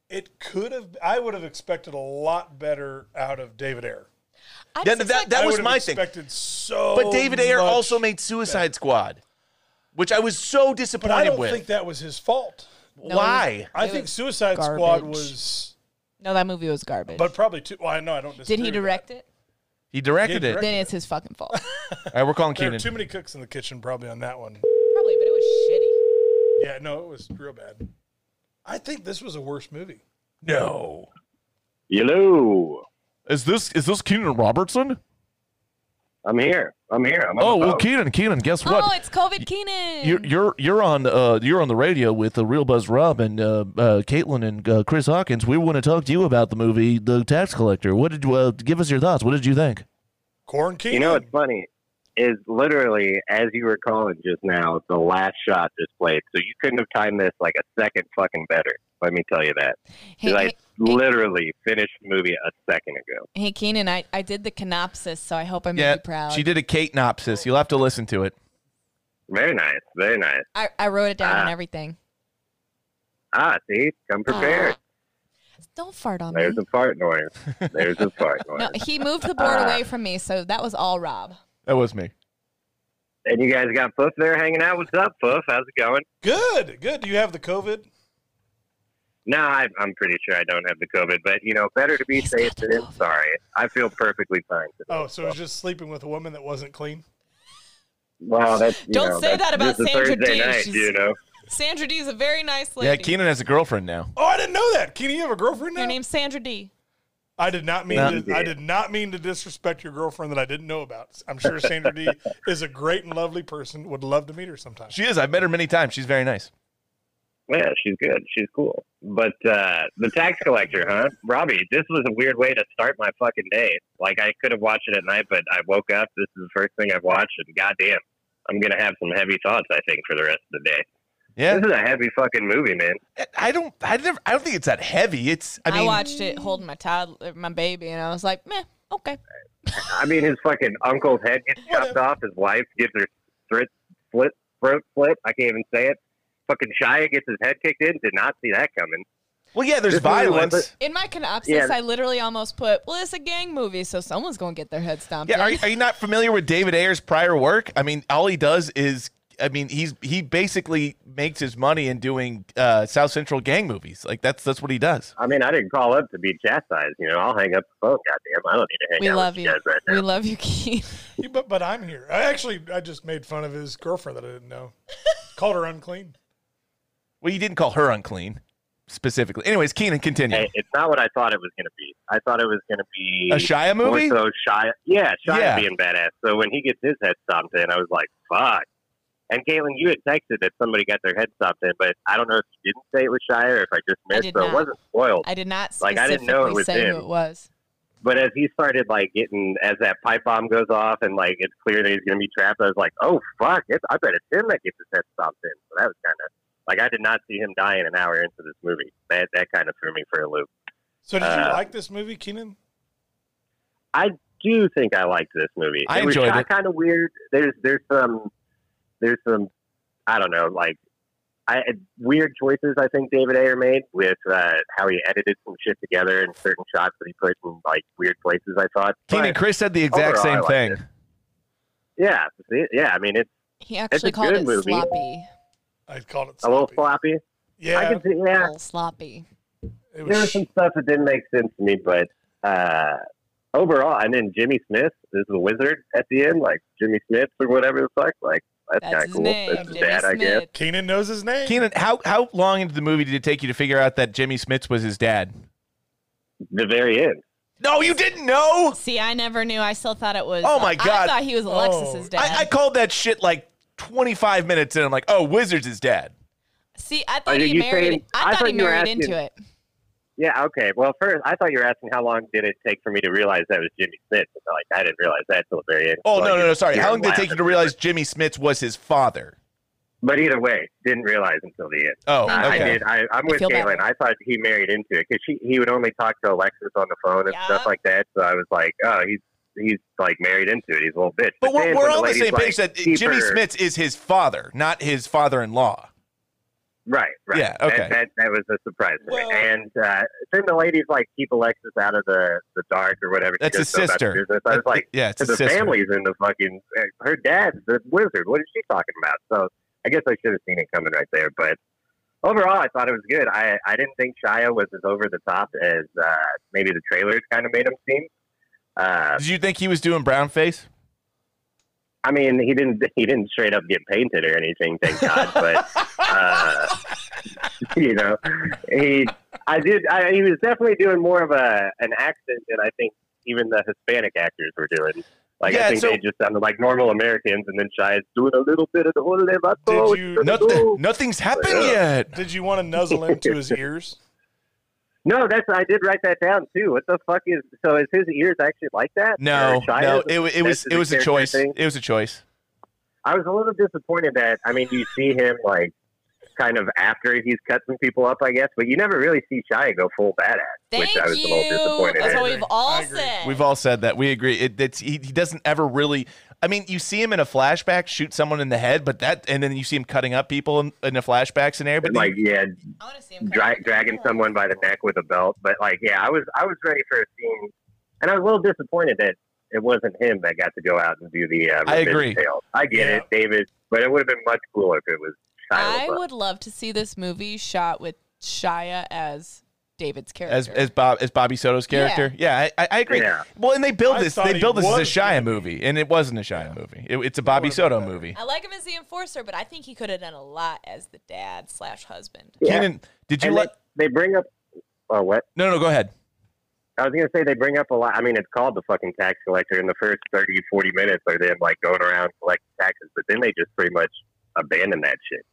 it could have. I would have expected a lot better out of David Ayer. I Yeah, just that- expect- that I was would have my thing. expected so. But David Ayer much- also made Suicide Squad, which I was so But I disappointed don't with. think that was his fault. Why? I It think was Suicide Squad garbage. was, No, that movie was garbage. but probably too. Well, I know I don't. Disagree did he with that. direct it? He directed He it. directed- Then it's his fucking fault. All right, we're calling There are Keenan. too many cooks in the kitchen, probably on that one. Probably, but it was Yeah, no, it was real bad. I think this was a worse movie. no. Hello. Is this is this Keenan Robertson? I'm here. I'm here. I'm on Oh the well, phone. Keenan, Keenan, guess shitty. what? Oh, it's COVID Keenan. you're you're you're on uh you're on the radio with the real Buzz Rob and uh, uh Caitlin and uh, Chris Hawkins. We want to talk to you about the movie The Tax Collector. What did you uh, give us your thoughts? What did you think? Corn King. You know what's funny is literally as you were calling just now, the last shot just played. So you couldn't have timed this like a second fucking better. Let me tell you that. 'Cause hey, I hey, literally finished the movie a second ago. hey, Keenan, I, I did the canopsis, so I hope I made Yeah, you proud. she did a Kate Nopsis. You'll have to listen to it. Very nice. Very nice. I, I wrote it down and Ah. everything. Ah, see, come prepared. Don't fart on There's me. a fart noise. There's a fart noise. No, he moved the board Ah. away from me, so that was all Rob. That was me. And you guys got Puff there hanging out. What's up, Puff? How's it going? Good, good. Do you have the COVID? No, I, I'm pretty sure I don't have the COVID, but you know, better to be He's safe got the than COVID. sorry. I feel perfectly fine. Today. Oh, so it was just sleeping with a woman that wasn't clean. Wow, that's you Don't know, say that's- that about this is Sandra Thursday Day. night, She's- you know. Sandra D is a very nice Yeah, lady. Keenan has a girlfriend now. Oh, I didn't know that. Keenan, you have a girlfriend now. Her name's Sandra D. I did not mean. No. to, I did not mean to disrespect your girlfriend that I didn't know about. I'm sure Sandra D is a great and lovely person. Would love to meet her sometime. She is. I've met her many times. She's very nice. Yeah, she's good. She's cool. But uh, the tax collector, huh? Robbie, this was a weird way to start my fucking day. Like I could have watched it at night, but I woke up. This is the first thing I've watched, and goddamn, I'm gonna have some heavy thoughts. I think for the rest of the day. Yeah, This is a heavy fucking movie, man. I don't. I never. I don't think it's that heavy. It's. I I, mean, watched it holding my toddler, my baby, and I was like, meh, okay. I mean, his fucking uncle's head gets chopped off. His wife gives her throat slit, throat slit. I can't even say it. Fucking Shia gets his head kicked in. Did not see that coming. well, yeah. There's This movie was- violence. In my canopsis, Yeah. I literally almost put, well, it's a gang movie, so someone's going to get their head stomped. Yeah. Are, in. are you not familiar with David Ayer's prior work? I mean, all he does is. I mean, he's he basically makes his money in doing uh, South Central gang movies. Like that's that's what he does. I mean, I didn't call up to be chastised. You know, I'll hang up the phone. Goddamn, I don't need to hang we out love with you. you guys right now. we love you, Keith. Yeah, but but I'm here. I actually I just made fun of his girlfriend that I didn't know. Called her unclean. Well, you didn't call her unclean specifically. Anyways, Keenan, continue. Hey, it's not what I thought it was going to be. I thought it was going to be A Shia more movie? So Shia, yeah, Shia Yeah. being badass. So when he gets his head stomped in, I was like, fuck. And Caitlin, you had texted that somebody got their head stomped in, but I don't know if you didn't say it was Shia or if I just I missed. did so not. it wasn't spoiled. I did not Like, I specifically didn't know it was say him. who it was. But as he started like getting, as that pipe bomb goes off, and like it's clear that he's going to be trapped, I was like, oh fuck, it's, I bet it's him that gets his head stomped in. So that was kind of like I did not see him die in an hour into this movie. That that kind of threw me for a loop. So did you Uh, like this movie, Keenan? I do think I liked this movie. I it was enjoyed shot it. Kind of weird. There's there's some there's some I don't know like I weird choices I think David Ayer made with uh, how he edited some shit together and certain shots that he put in like weird places. I thought. Keenan, But, Chris said the exact Overall, I same liked thing. yeah, see- yeah. I mean, it's He actually a called good it movie. sloppy. I called it a little sloppy. floppy. I Yeah, can see. Yeah, Oh, Little sloppy. it there was was. some stuff that didn't make sense to me, but uh, overall, and then Jimmy Smith is the wizard at the end, like Jimmy Smith or whatever the fuck. Like that's, That's kind his of cool. name. That's his Jimmy dad, I Smith. guess. Keenan knows his name. Keenan, how how long into the movie did it take you to figure out that Jimmy Smits was his dad? The very end. No, you didn't know. See, I never knew. I still thought it was. uh, Oh, my I God. thought he was Alexis's Oh. dad. I, I called that shit like 25 minutes in. I'm like, oh, Wizards is dad. See, I thought Are he you married. saying- I, I thought, thought he you were married asking- into it. Yeah. Okay. Well, first, I thought you were asking how long did it take for me to realize that was Jimmy Smith. And, Like I didn't realize that till the very end. Oh, Like, no, no, no, sorry. you're How long did it laughing. take you to realize Jimmy Smits was his father? But either way, didn't realize until the end. Oh, Nah, I okay. did. I, I'm with feel Caitlin. better. I thought he married into it because he would only talk to Alexis on the phone and Yeah. stuff like that. So I was like, oh, he's he's like married into it. He's a little bitch. But we're, then we're when on the lady's same like, page that keep Jimmy her- Smits is his father, not his father in law. Right, right. Yeah, That- okay. That, that, was a surprise for Well- me. And uh, then the lady's like, keep Alexis out of the, the dark or whatever. She That's his doesn't know about sister. the business. I was That- like, yeah, it's "'Cause his the sister. family's in the fucking. Her dad's the wizard. What is she talking about? So I guess I should have seen it coming right there. But overall, I thought it was good. I, I didn't think Shia was as over the top as uh, maybe the trailers kind of made him seem. Uh, Did you think he was doing brownface? I mean, he didn't he didn't straight up get painted or anything, thank God. But uh, you know, he I did I, he was definitely doing more of a an accent than I think even the Hispanic actors were doing. Like Yeah, I think so- they just sounded like normal Americans, and then Shia's doing a little bit of the ole vato. Did you- Nothing, nothing's happened yet. Did you want to nuzzle into his ears? No, that's I did write that down too. What the fuck is so? Is his ears actually like that? No, Or Shia's? no, it, wa- it was That's it was a character choice. thing? It was a choice. I was a little disappointed that I mean you see him like kind of after he's cut some people up, I guess, but you never really see Shia go full badass, Thank which I was a little you. disappointed That's in. what we've all I agree. said. We've all said that. We agree. It, it's he, he doesn't ever really. I mean, you see him in a flashback shoot someone in the head, but that, and then you see him cutting up people in, in a flashback scenario. But And, then- like yeah, I want to see him. come dra- back. dragging someone by the neck with a belt, but like yeah, I was I was ready for a scene, and I was a little disappointed that it wasn't him that got to go out and do the. Uh, I revenge agree. Tale. I get Yeah. it, David, but it would have been much cooler if it was. Shia I LaBeouf. would love to see this movie shot with Shia as David's character. as as Bob as Bobby Soto's character. Yeah, I, I, I agree. Yeah. Well, and they build I this. thought They he build this as a was Shia gonna movie, and it wasn't a Shia movie. It- it's a Bobby would've been Soto better. movie. I like him as the enforcer, but I think he could have done a lot as the dad slash husband. Yeah. Kenan, did you And like? they, they bring up. Oh, what? No, no, go ahead. I was going to say they bring up a lot. I mean, it's called the fucking tax collector in the first 30, 40 minutes are them like going around collecting taxes, but then they just pretty much abandon that shit.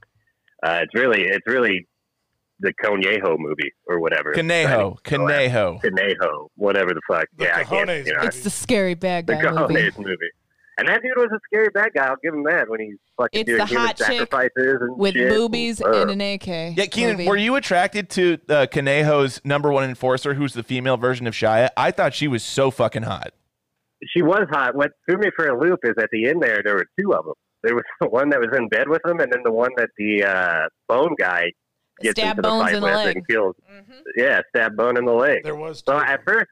Uh, it's really, it's really the Conejo movie or whatever. Conejo. Conejo. Conejo, whatever the fuck. The yeah, I Cojones can't. You know, movie. It's the scary bad the guy movie. Cojones movie. And that dude was a scary bad guy. I'll give him that when he's fucking It's doing the human hot chick sacrifices and with shit. boobies Uh, and an AK. Yeah, Keenan, movie. were you attracted to uh, Conejo's number one enforcer, who's the female version of Shia? I thought she was so fucking hot. she was hot. What threw me for a loop is at the end there, there were two of them. There was the one that was in bed with him, and then the one that the uh, bone guy gets Stab into the bones fight in the with leg. and kills. Mhm. Yeah, stab bone in the leg. There was. So two. at first,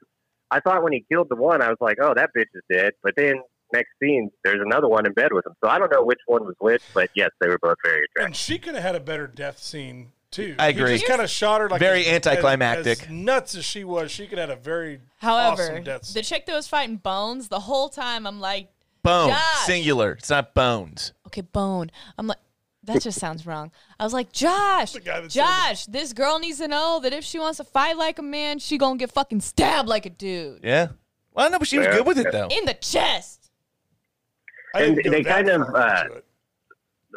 I thought when he killed the one, I was like, "Oh, that bitch is dead." But then next scene, there's another one in bed with him. So I don't know which one was which, but yes, they were both very attractive. and she could have had a better death scene too. I He agree. just kind of shot her like Very as- as- anticlimactic. as nuts as she was, she could have had a very However, awesome death the scene. chick that was fighting Bones the whole time, I'm like, Bone. Josh. Singular. It's not bones. okay, Bone. I'm like, that just sounds wrong. I was like, Josh, guy that said Josh, this girl needs to know that if she wants to fight like a man, she gonna get fucking stabbed like a dude Yeah. Well, no, but she was Yeah. good with it though. in the chest. I didn't and go they that kind of, far uh, into it.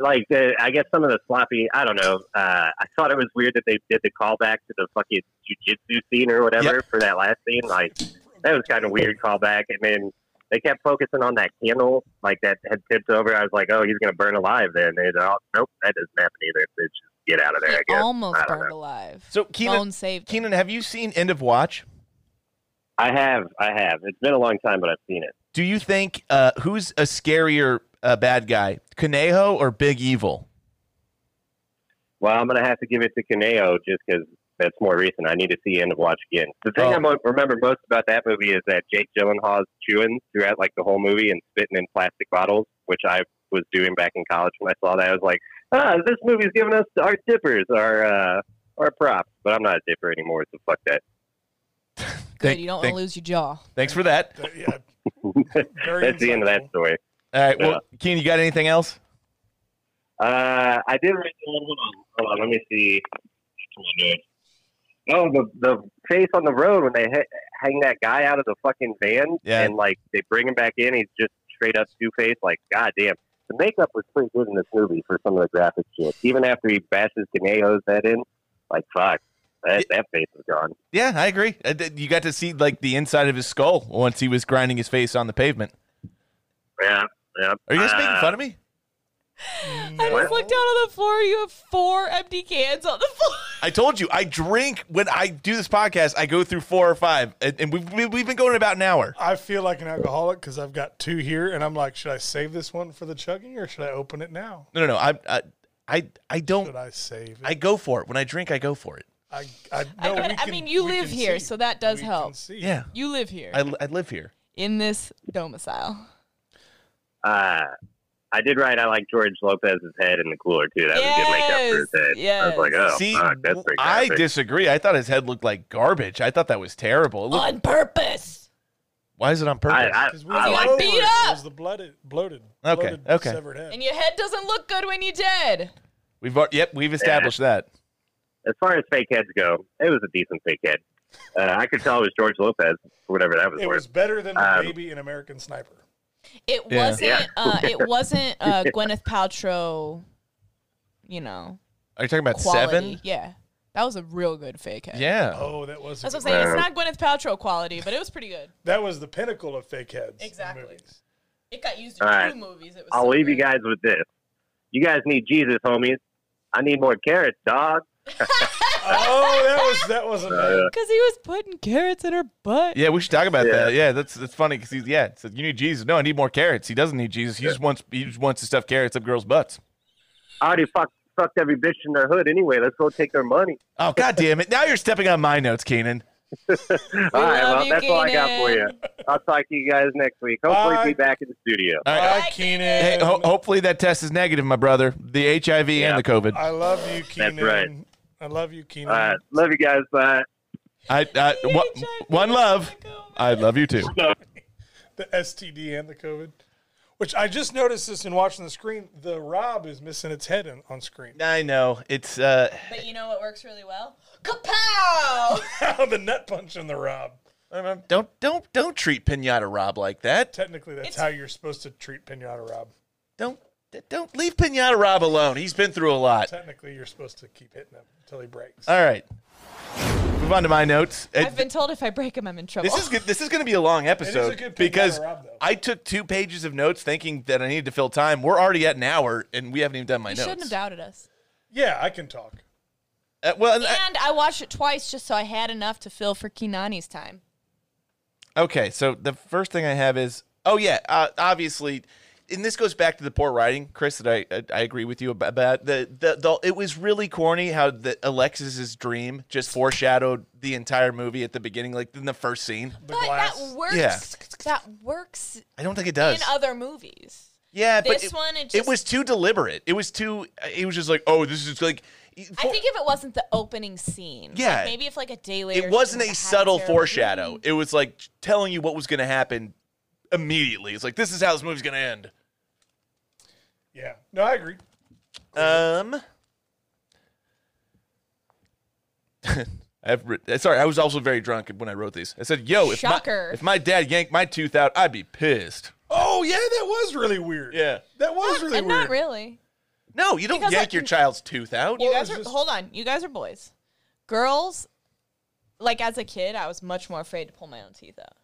Like the, I guess some of the sloppy. I don't know. Uh, I thought it was weird that they did the callback to the fucking jujitsu scene or whatever for that last scene. Like that was kind of weird callback. And then they kept focusing on that candle, like that had tipped over. I was like, "Oh, he's gonna burn alive." Then and they're all, nope, that doesn't happen either. They just get out of there. I he guess. almost I don't burned know. alive. So Keenan, Bone saved. him. Keenan, have you seen End of Watch? I have, I have. It's been a long time, but I've seen it. Do you think uh, who's a scarier uh, bad guy, Conejo or Big Evil? Well, I'm going to have to give it to Kaneo just because that's more recent. I need to see End of Watch again. The thing Oh. I mo- remember most about that movie is that Jake Gyllenhaal's chewing throughout like the whole movie and spitting in plastic bottles, which I was doing back in college when I saw that. I was like, ah, this movie's giving us our dippers, our uh, our props. But I'm not a dipper anymore, so fuck that. Good, Thank- you don't want thank- to lose your jaw. Thanks for that. That- yeah, very that's the end of that insightful. story. All right. Well, Keenan, you got anything else? Uh, I did write down. Hold on, hold on. Let me see. Oh, the the face on the road when they ha- hang that guy out of the fucking van Yeah. and like they bring him back in. He's just straight up two faced. Like, goddamn, the makeup was pretty good in this movie for some of the graphic shit. Even after he bashes Canejo's head in, like, fuck, that, that face is gone. Yeah, I agree. I did- You got to see like the inside of his skull once he was grinding his face on the pavement. Yeah, yeah. Are you guys making Uh, fun of me? I just looked down on the floor. You have four empty cans on the floor. I told you I drink when I do this podcast. I go through four or five, and, and we've, we- we've been going about an hour. I feel like an alcoholic because I've got two here, and I'm like, should I save this one for the chugging or should I open it now? No, no, no. I I I, I Should don't. I save I it? go for it when I drink. I go for it. I, I, I, no, got- I we can- mean, you we live can here, see. so that does We can help. see. Yeah, You live here I, I live here. in this domicile. Uh, I did write. I like George Lopez's head in the cooler too. That was good makeup for his head. I was like, oh, See, fuck, that's pretty. I graphic. disagree. I thought his head looked like garbage. I thought that was terrible. It looked- on purpose. why is it on purpose? I, I, 'Cause we oh. I were like lower, Beat It up! was the blooded, bloated, Okay, bloated okay. severed head. And your head doesn't look good when you're dead. we've al- yep, we've established that. as far as fake heads go, it was a decent fake head. Uh, I could tell it was George Lopez or whatever that was It worth. was better than the Um, baby in American Sniper. It Yeah. wasn't. Yeah. Uh, it wasn't uh, Gwyneth Paltrow. You know, Are you talking about quality. seven? Yeah, that was a real good fake head. Yeah. Oh, that was. a That's what I'm good- saying. It's not Gwyneth Paltrow quality, but it was pretty good. That was the pinnacle of fake heads. in Exactly. movies. It got used in All two right. movies. It was I'll so leave you great. guys with this. You guys need Jesus, homies. I need more carrots, dog. Oh, that was that was Uh, amazing. Because he was putting carrots in her butt. Yeah, we should talk about Yeah. that. Yeah, that's that's funny because he's yeah. So you need Jesus. No, I need more carrots. He doesn't need Jesus. He just wants he just wants to stuff carrots up girls' butts. I already fucked, fucked every bitch in their hood anyway. Let's go take their money. Oh god damn it! Now you're stepping on my notes, Keenan. all right, love well, you, that's all I got Keenan. for you. I'll talk to you guys next week. Hopefully, Bye. be back in the studio. All right. Bye, Keenan. Hey, ho- hopefully that test is negative, my brother. The HIV Yeah. and the COVID. I love you, Keenan. right. I love you, Keenan. All right, love you guys. Bye. I, I one, one love. I love you too. The STD and the COVID. Which I just noticed this in watching the screen. The Rob is missing its head in, on screen. I know it's uh. But you know what works really well? Kapow! the nut punch in the Rob. Uh, Don't don't don't treat Pinata Rob like that. Technically, that's It's- how you're supposed to treat Pinata Rob. Don't D- Don't leave Pinata Rob alone. He's been through a lot. Technically, you're supposed to keep hitting him until he breaks. All right. Move on to my notes. Uh, I've been told if I break him, I'm in trouble. This is good. This is going to be a long episode good pick, because Donna Rob, though. I took two pages of notes thinking that I needed to fill time. We're already at an hour and we haven't even done my you notes. shouldn't have doubted us. Yeah, I can talk. Uh, well, and I- And I watched it twice just so I had enough to fill for Kinani's time. Okay, so the first thing I have is oh yeah, uh, obviously, and this goes back to the poor writing, Chris. That I I, I agree with you about, about the, the the it was really corny how the Alexis's dream just foreshadowed the entire movie at the beginning, like in the first scene. The But glass. that works. Yeah. That works I don't think it in does. other movies. yeah, but uh, this it, one, it it was just- too deliberate. It was too. It was just like oh, this is like. I think if it wasn't the opening scene, like, Yeah. maybe if like a day later, it she wasn't was a hot subtle terrible- foreshadow. It was like telling you what was going to happen immediately. It's like this is how this movie's going to end. Yeah. No, I agree. Um, I've writ- sorry, I was also very drunk when I wrote these. I said, "Yo, if my, Shocker. if my dad yanked my tooth out, I'd be pissed." Oh, yeah, that was really weird. Yeah. That was really and weird. not really. No, you don't Because yank I- your child's tooth out. You Well, guys it are was just- hold on. You guys are boys. Girls, like as a kid, I was much more afraid to pull my own teeth out.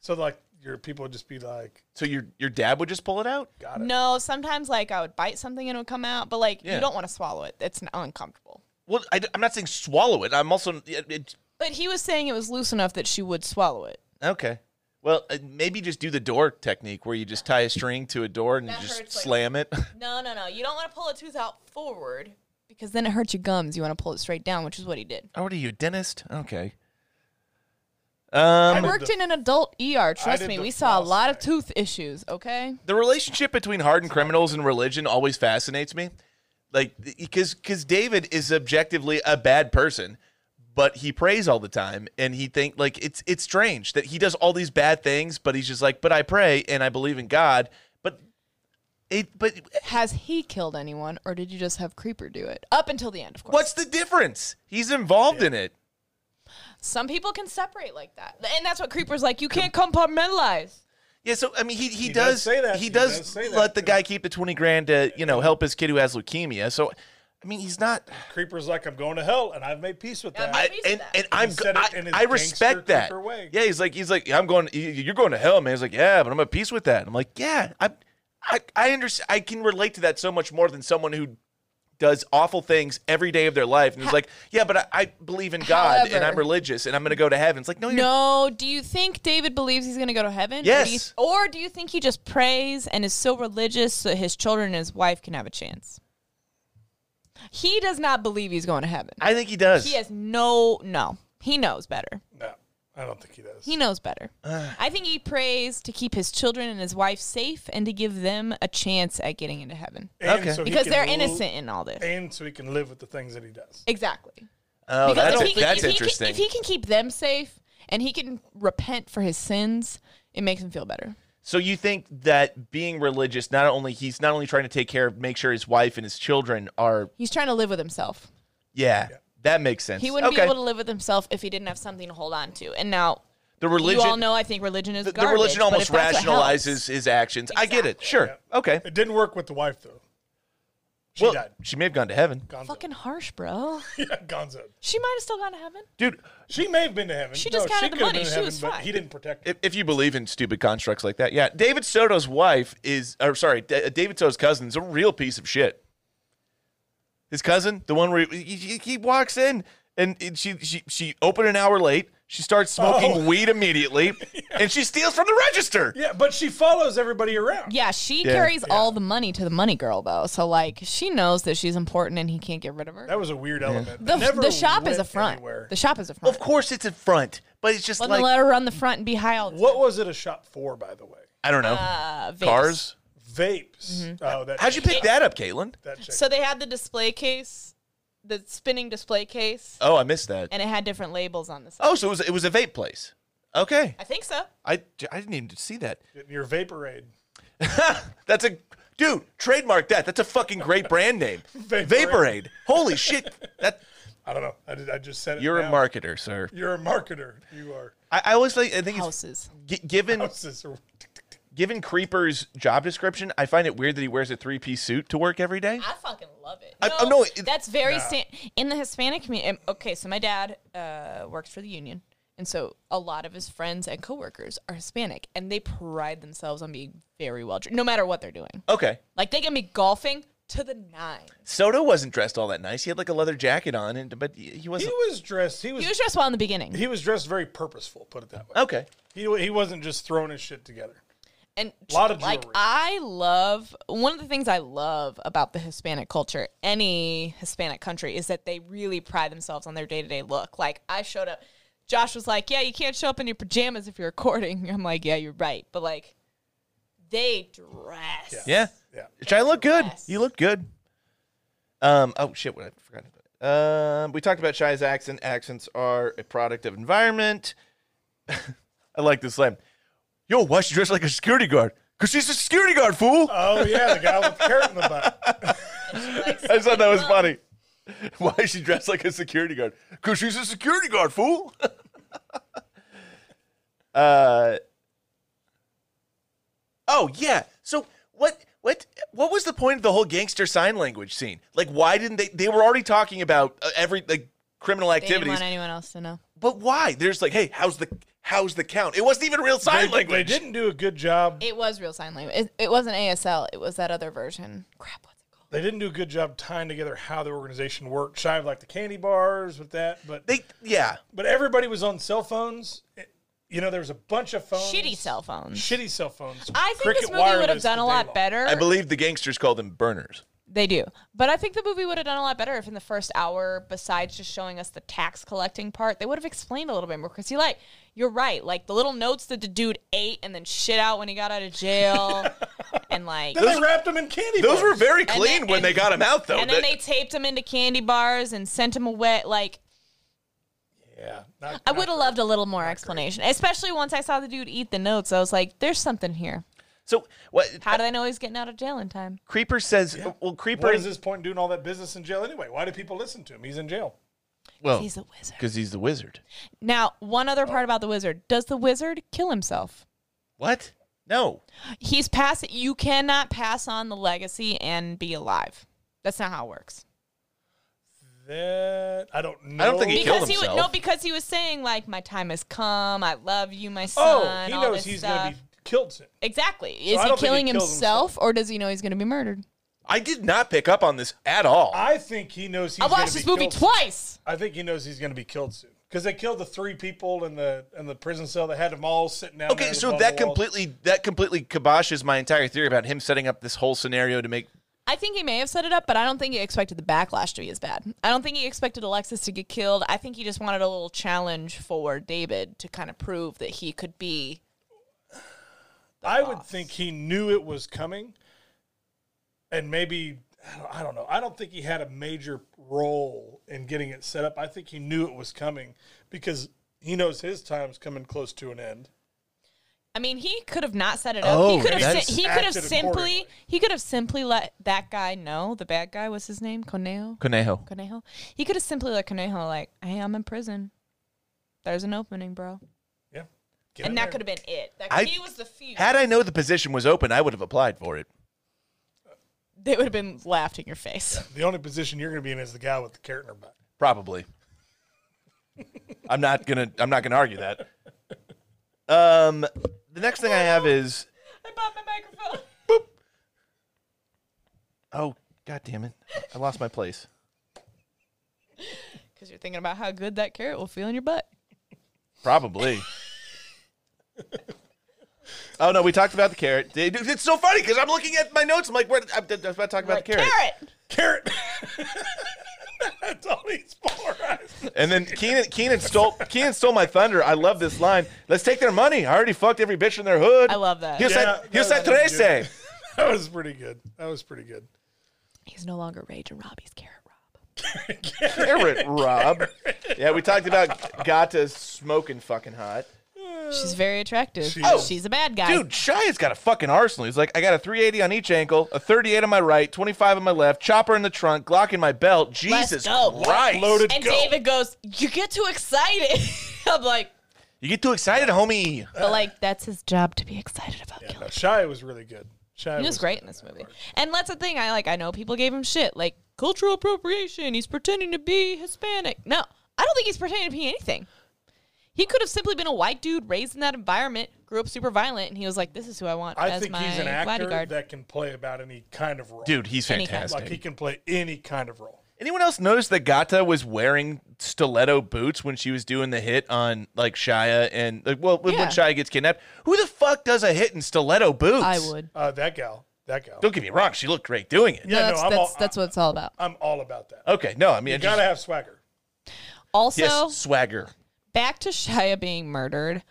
So, like, your people would just be like, So your your dad would just pull it out. got it. No, sometimes like I would bite something and it would come out, but like Yeah. you don't want to swallow it. It's n- uncomfortable. Well, I, am not saying swallow it. I'm also it, it- But he was saying it was loose enough that she would swallow it. okay. Well, uh, maybe just do the door technique where you just tie a string to a door and you That just hurts, like- slam it. No, no, no. You don't want to pull a tooth out forward because then it hurts your gums. You want to pull it straight down, which is what he did. oh, what are you, a dentist? Okay. Um, I worked in an adult ER. Trust did me, the we saw a floss lot of tooth issues. Okay. the relationship between hardened criminals and religion always fascinates me like because because david is objectively a bad person but he prays all the time and he think like it's it's strange that he does all these bad things but he's just like but i pray and i believe in god but it but Has he killed anyone, or did you just have Creeper do it? Up until the end, of course. what's the difference he's involved in it Some people can separate like that, and that's what Creeper's like. You can't compartmentalize. yeah so i mean he he, does does, say that. he He does, does say that. let the guy keep the 20 grand to you know help his kid who has leukemia so i mean he's not Creeper's like, I'm going to hell, and I've made peace with that. I- I, Maybe and, that. and I'm He said it I, in his I respect gangster that. creeper way. Yeah, he's like he's like I'm going. you- You're going to hell, man. He's like, yeah, but I'm at peace with that. And I'm like, yeah, I, I, I understand. I can relate to that so much more than someone who does awful things every day of their life. And he's like, yeah, but I, I believe in God and However- I'm religious and I'm going to go to heaven. It's like, no, you're, No, do you think David believes he's going to go to heaven? Or do, you, Yes. or do you think he just prays and is so religious so his children and his wife can have a chance? He does not believe he's going to heaven. I think he does. He has no, no. He knows better. No, I don't think he does. He knows better. I think he prays to keep his children and his wife safe and to give them a chance at getting into heaven And Okay. so he because can they're lo- innocent in all this. And so he can live with the things that he does. Exactly. Oh, that's, if he, that's if he can- interesting. if he can keep them safe and he can repent for his sins, it makes him feel better. So you think that being religious, not only he's not only trying to take care of, make sure his wife and his children are, He's trying to live with himself. yeah, that makes sense. He wouldn't okay. be able to live with himself if he didn't have something to hold on to. And now the religion. you all know I think religion is the, the garbage, religion but almost if that's what helps- rationalizes his actions. I get it. Sure. Okay. It didn't work with the wife, though. She well, died. she may have gone to heaven, Gonzo. Fucking harsh, bro. yeah, Gonzo. She might have still gone to heaven. dude. She may have been to heaven. She just no, counted she the could have money. Been to She heaven, was but fine. He didn't protect her. If, if you believe in stupid constructs like that, yeah. David Soto's wife is, or sorry, D- David Soto's cousin is a real piece of shit. His cousin, the one where he, he, he walks in and it- she she she opened an hour late. She starts smoking Oh. weed immediately, and she steals from the register. Yeah, but she follows everybody around. Yeah, she Yeah. carries all the money to the money girl though. So like she knows that she's important and he can't get rid of her. That was a weird element. The, It never the shop is went a front. anywhere. The shop is a front. Of course, it's a front, but it's just Let like let her run the front and be high all the What was it a shop for, by the way? I don't know uh, vapes. cars. Vapes. Mm-hmm. Oh, that. How'd you pick that up, Caitlin? That chick. So they had the display case, the spinning display case, Oh, I missed that. and it had different labels on the side. Oh, so it was it was a vape place. Okay, I think so. I, I didn't even see that. Your Vaporade. That's a dude trademark that. That's a fucking great brand name. Vaporade. Vaporade. Holy shit! That I don't know. I, did, I just said it. you're a now. marketer, sir. You're a marketer. You are. I, I always like. I think it's Houses. g- given Houses are- given Creeper's job description, I find it weird that he wears a three piece suit to work every day. I fucking love it. I- No, oh, no, it- that's very sta- in the Hispanic community. Okay, so my dad uh, works for the union, and so a lot of his friends and coworkers are Hispanic, and they pride themselves on being very well dressed, no matter what they're doing. Okay. Like they can be golfing to the nine. Soto wasn't dressed all that nice. He had like a leather jacket on, and but he he He wasn't. was dressed. He was He was dressed well in the beginning, he was dressed very purposeful. Put it that way. Okay. He he wasn't just throwing his shit together. and Lot of like jewelry. I love one of the things I love about the Hispanic culture, any Hispanic country, is that they really pride themselves on their day to day look. Like I showed up, Josh was like, "Yeah, you can't show up in your pajamas if you're recording." I'm like, "Yeah, you're right," but like they dress. Yeah. Yeah. Try to look good. Yes. You look good. Um. Oh shit! What I forgot about. It. Um. We talked about Shy's accent. Accents are a product of environment. I like this line. Yo, why she dressed like a security guard? Cause she's a security guard, fool. Oh yeah, the guy with the carrot in the butt. I just thought that was funny. Why is she dressed like a security guard? Because she's a security guard, fool. uh, oh yeah. So what? What? What was the point of the whole gangster sign language scene? Like, why didn't they? They were already talking about uh, every like criminal They didn't activities, want anyone else to know. but why? There's like, hey, how's the how's the count? It wasn't even real sign They- language. They didn't do a good job. It was real sign language. It, it wasn't ASL. It was that other version. Crap, what's it called? They didn't do a good job tying together how the organization worked. Shy of like the candy bars with that, but They yeah. but everybody was on cell phones. It- you know, there was a bunch of phones. Shitty cell phones. Shitty cell phones. I think Cricket this movie would have wireless done a all day lot long. better. I believe the gangsters called them burners. They do. But I think the movie would have done a lot better if in the first hour, besides just showing us the tax collecting part, they would have explained a little bit more. Because you like, you're right. Like the little notes that the dude ate and then shit out when he got out of jail. and like, Then they wrapped them in candy Those bars. were very then- clean when and- they got them out, though. and then That- they taped him into candy bars and sent him away. Like, Yeah. not- I not- would have loved a little more explanation, especially once I saw the dude eat the notes. I was like, there's something here. So what? How do they know he's getting out of jail in time? Creeper says. Well, Creeper What is his point in doing all that business in jail anyway? Why do people listen to him? He's in jail. Well, He's a wizard. because he's the wizard. Now, one other Oh. part about the wizard does the wizard kill himself? What? No. he's passing you cannot pass on the legacy and be alive that's not how it works That I don't know. don't think He killed because he would no himself. because he was saying like my time has come i love you my son Oh, he all knows this he's stuff. going to be killed soon. exactly is I he don't think he killing killed himself, himself. or does he know he's going to be murdered I did not pick up on this at all. I think he knows he's. i gonna watched be this movie killed soon. twice I think he knows he's going to be killed soon because they killed the three people in the in the prison cell. They had them all sitting down. there okay, in the so bubble that walls. completely that completely kiboshes my entire theory about him setting up this whole scenario to make. i think he may have set it up but i don't think he expected the backlash to be as bad i don't think he expected alexis to get killed i think he just wanted a little challenge for david to kind of prove that he could be I would think he knew it was coming, and maybe I don't, I don't know. I don't think he had a major role in getting it set up. I think he knew it was coming because he knows his time's coming close to an end. I mean, he could have not set it up. Oh, he could have. that's- si- he could have Acted simply. accordingly. He could have simply let that guy know. The bad guy was his name, Conejo. Conejo. Conejo. He could have simply let Conejo like, "Hey, I'm in prison. There's an opening, bro." Yeah, Get in And that there. could have been it. That, I- he was the few. Had I know the position was open, I would have applied for it. they would have been laughed in your face. the only position you're going to be in is the guy with the carrot in her butt. Probably. I'm not gonna. I'm not gonna argue that. Um, the next thing I have is I bought my microphone. oh god damn it, I lost my place. Because you're thinking about how good that carrot will feel in your butt. Probably. oh no, we talked about the carrot. They do- It's so funny because I'm looking at my notes. I'm like, where? I'm, I was about to talk about the carrot. Carrot. Carrot. That's all he's for. And then Keenan, Keenan stole, Keenan stole my thunder. I love this line. Let's take their money. I already fucked every bitch in their hood. I love that. You Yeah, said, you that said was pretty Teresa. That was pretty good. That was pretty good. He's no longer Rage and Rob. He's Carrot Rob. Carrot Rob. Yeah, we talked about Gata smoking fucking hot. She's very attractive. Oh. She's a bad guy. Dude, Shia's got a fucking arsenal. He's like, I got a 380 on each ankle, a 38 on my right, 25 on my left, chopper in the trunk, Glock in my belt. Let's Jesus go. Christ. Loaded. And go. David goes, You get too excited. I'm like, You get too excited, homie. But like, that's his job to be excited about killing. No, Shia was really good. Shia He was great in this movie. And that's the thing. I like. I know people gave him shit, like cultural appropriation. He's pretending to be Hispanic. No, I don't think he's pretending to be anything. He could have simply been a white dude raised in that environment, grew up super violent, and he was like, "This is who I want I as think my he's an actor bodyguard." that can play about any kind of role. Dude, he's Any kind. fantastic. like he can play any kind of role. Anyone else notice that Gata was wearing stiletto boots when she was doing the hit on like Shia and like well when- Yeah. when Shia gets kidnapped? Who the fuck does a hit in stiletto boots? I would. Uh, that gal, that gal. Don't get me wrong, she looked great doing it. Yeah, no, no, that's I'm that's, all- that's what it's all about. I'm all about that. Okay, no, I mean I You just, gotta have swagger. Also, yes, swagger. back to Shia being murdered.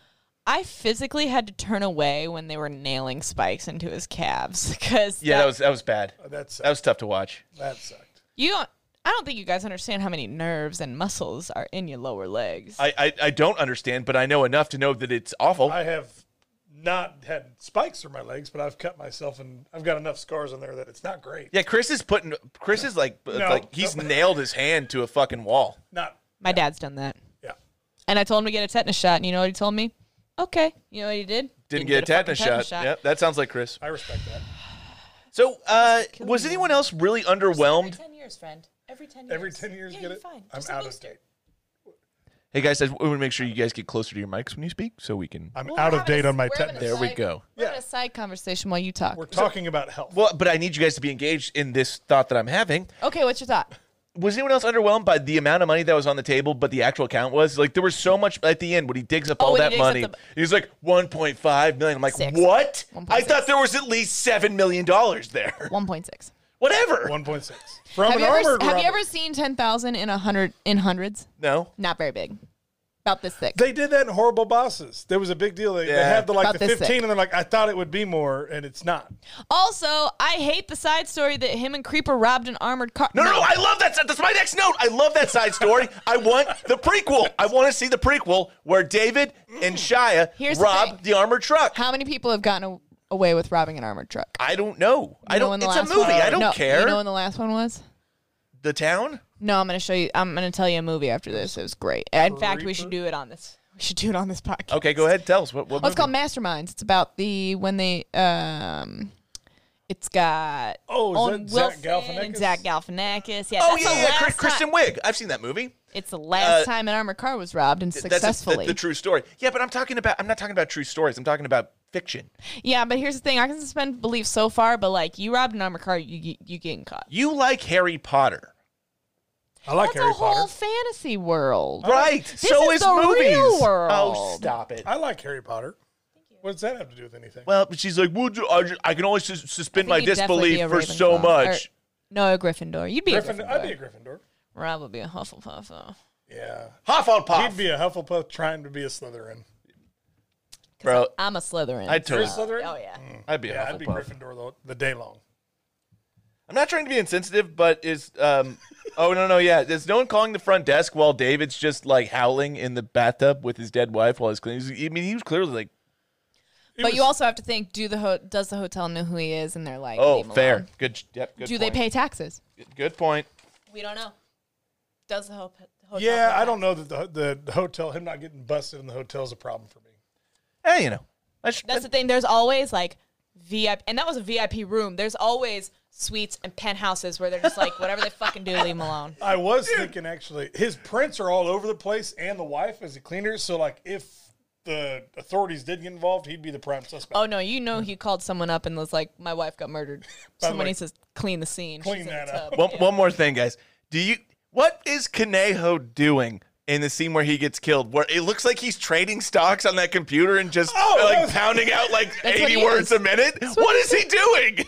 I physically had to turn away when they were nailing spikes into his calves because Yeah, that was that was bad. Uh, That That sucked. was tough to watch. That sucked. you don't. I don't think you guys understand how many nerves and muscles are in your lower legs. I, I, I don't understand, but I know enough to know that it's awful. I have not had spikes through my legs, but I've cut myself and I've got enough scars on there that it's not great. yeah, Chris is putting Chris is like like he's nailed his hand to a fucking wall. Not. My dad's done that. Yeah. And I told him to get a tetanus shot, and you know what he told me? Okay. You know what he did? Didn't, get, a fucking tetanus, shot. Yep, that sounds like Chris. I respect that. So, uh, was anyone else really underwhelmed? ten years, friend. Every ten years. Every ten years, get it. I'm out of date. Hey guys, I want to make sure you guys get closer to your mics when you speak, so we can. I'm out of date on my tetanus. There we go. We're Yeah. having a side conversation while you talk. We're talking about health. Well, but I need you guys to be engaged in this thought that I'm having. okay, what's your thought? Was anyone else underwhelmed by the amount of money that was on the table, but the actual account was like there was so much at the end when he digs up Oh, all when he that digs up money. the- he's like 1.5 million. I'm like, Six. what? I 1.6. thought there was at least seven million dollars there. One point six. Whatever. One point six from Have an you ever armored have you robber. ever seen ten thousand in a hundred in hundreds? No. Not very big. About this thick. They did that in Horrible Bosses. There was a big deal. They, they Yeah. had the like About the this fifteen, thick. and they're like, I thought it would be more, and it's not. also, I hate the side story that him and Creeper robbed an armored car. No, no, no, I love that. side- That's my next note. I love that side story. I want the prequel. I want to see the prequel where David and Shia Here's the rob thing. the, armored truck. How many people have gotten a- away with robbing an armored truck? I don't know. I You know don't. when the It's a last movie. one- I don't No, care. You know when the last one was? the town. No, I'm gonna show you. I'm gonna tell you a movie after this. It was great. In fact, we should do it on this. We should do it on this podcast. Okay, go ahead. and Tell us what. what Oh, movie? it's called Masterminds. It's about the when they um, it's got Oh, is Owen that Zach Wilson and Galifianakis? Zach Galifianakis. Yeah, Oh yeah, that's the yeah, last yeah. Chris, Kristen time- Wiig. I've seen that movie. It's the last uh, time an armored car was robbed and That's a- the- successfully. the, true story. Yeah, but I'm talking about. I'm not talking about true stories. I'm talking about fiction. yeah, but here's the thing: I can suspend belief so far, but like you robbed an armored car, you you, you getting caught. You like Harry Potter, I like That's Harry a whole Potter. fantasy world. right? so Oh, is is, the movies. real Oh, world. stop it. I like Harry Potter. What does that have to do with anything? Well, but she's like, well, ju- I, ju- I can only sus- suspend my I think you'd definitely disbelief be for a so Ravenclaw. much. Or- no, a Gryffindor. You'd be Gryffindor, a I'd Gryffindor. be a Gryffindor. Rob would be a Hufflepuff though. Yeah. Hufflepuff, He'd be a Hufflepuff trying to be a Slytherin. bro. I'm a Slytherin. I'd You're a totally. Slytherin? oh yeah. I'd be a Yeah, Hufflepuff. I'd be Gryffindor the, the day long. I'm not trying to be insensitive, but is um. oh no no yeah. Is no one calling the front desk while David's just like howling in the bathtub with his dead wife while he's cleaning? I mean, he was clearly like, He but was- you also have to think: Do the ho- does the hotel know who he is? And they're like, oh, leave him fair, alone. good, yep, good. Do they point. pay taxes? Good point. We don't know. Does the ho- hotel? Yeah, pay I don't taxes? know that the, the, hotel, him not getting busted in the hotel is a problem for me. Hey, Eh, you know, I should, That's the thing. There's always like VIP, and that was a VIP room. There's always suites and penthouses where they're just like, whatever they fucking do, leave them alone. I was thinking actually, his prints are all over the place and the wife is a cleaner. So, like, if the authorities did get involved, he'd be the prime suspect. Oh no, you know he called someone up and was like, my wife got murdered. By the Someone way, needs to clean the scene. clean She's in that the up. tub. one, one more thing, guys. Do you? What is Kaneho doing? In the scene where he gets killed, where it looks like he's trading stocks on that computer and just Oh, that like was- pounding out like That's what eighty he words is. a minute. what is he doing?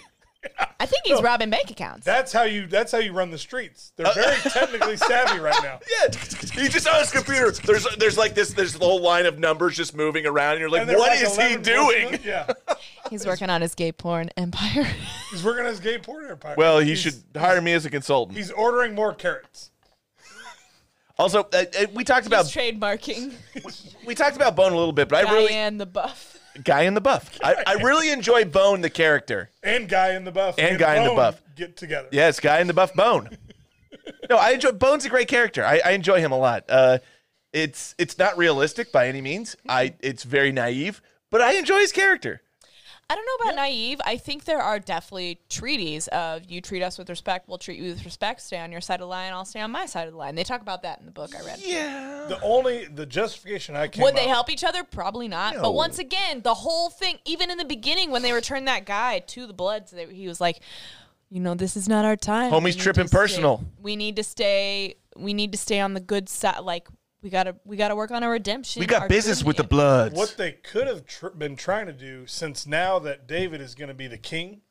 I think he's robbing bank accounts. That's how you. That's how you run the streets. They're very technically savvy right now. Yeah, he just on his computer. There's there's like this. There's the whole line of numbers just moving around. And you're like, And they're what like is 11 he doing? horsemen. Yeah, He's working on his gay porn empire. he's working on his gay porn empire. Well, he He's- should hire me as a consultant. He's ordering more carrots. Also, uh, uh, we talked he's about trademarking we talked about Bone a little bit, but I really Diane the Buff. guy in the buff. I, I really enjoy Bone the character. and guy in the buff And Guy in the Bone Buff. get together. Yes, guy in the buff Bone. no, I enjoy Bone's a great character. I, I enjoy him a lot. Uh, It's it's not realistic by any means. I it's very naive, but I enjoy his character. I don't know about naive. I think there are definitely treaties of you treat us with respect, we'll treat you with respect. Stay on your side of the line, I'll stay on my side of the line. They talk about that in the book I read. Yeah. The only the justification I can Would they help each other? Probably not. But once again, the whole thing, even in the beginning when they returned that guy to the Bloods, they, he was like, you know, this is not our time. Homie's We need to tripping stay- personal. We need to stay. We need to stay on the good side. Like we gotta, we gotta work on our redemption. We got our business with the union. Bloods. What they could have tr- been trying to do since now that David is going to be the king,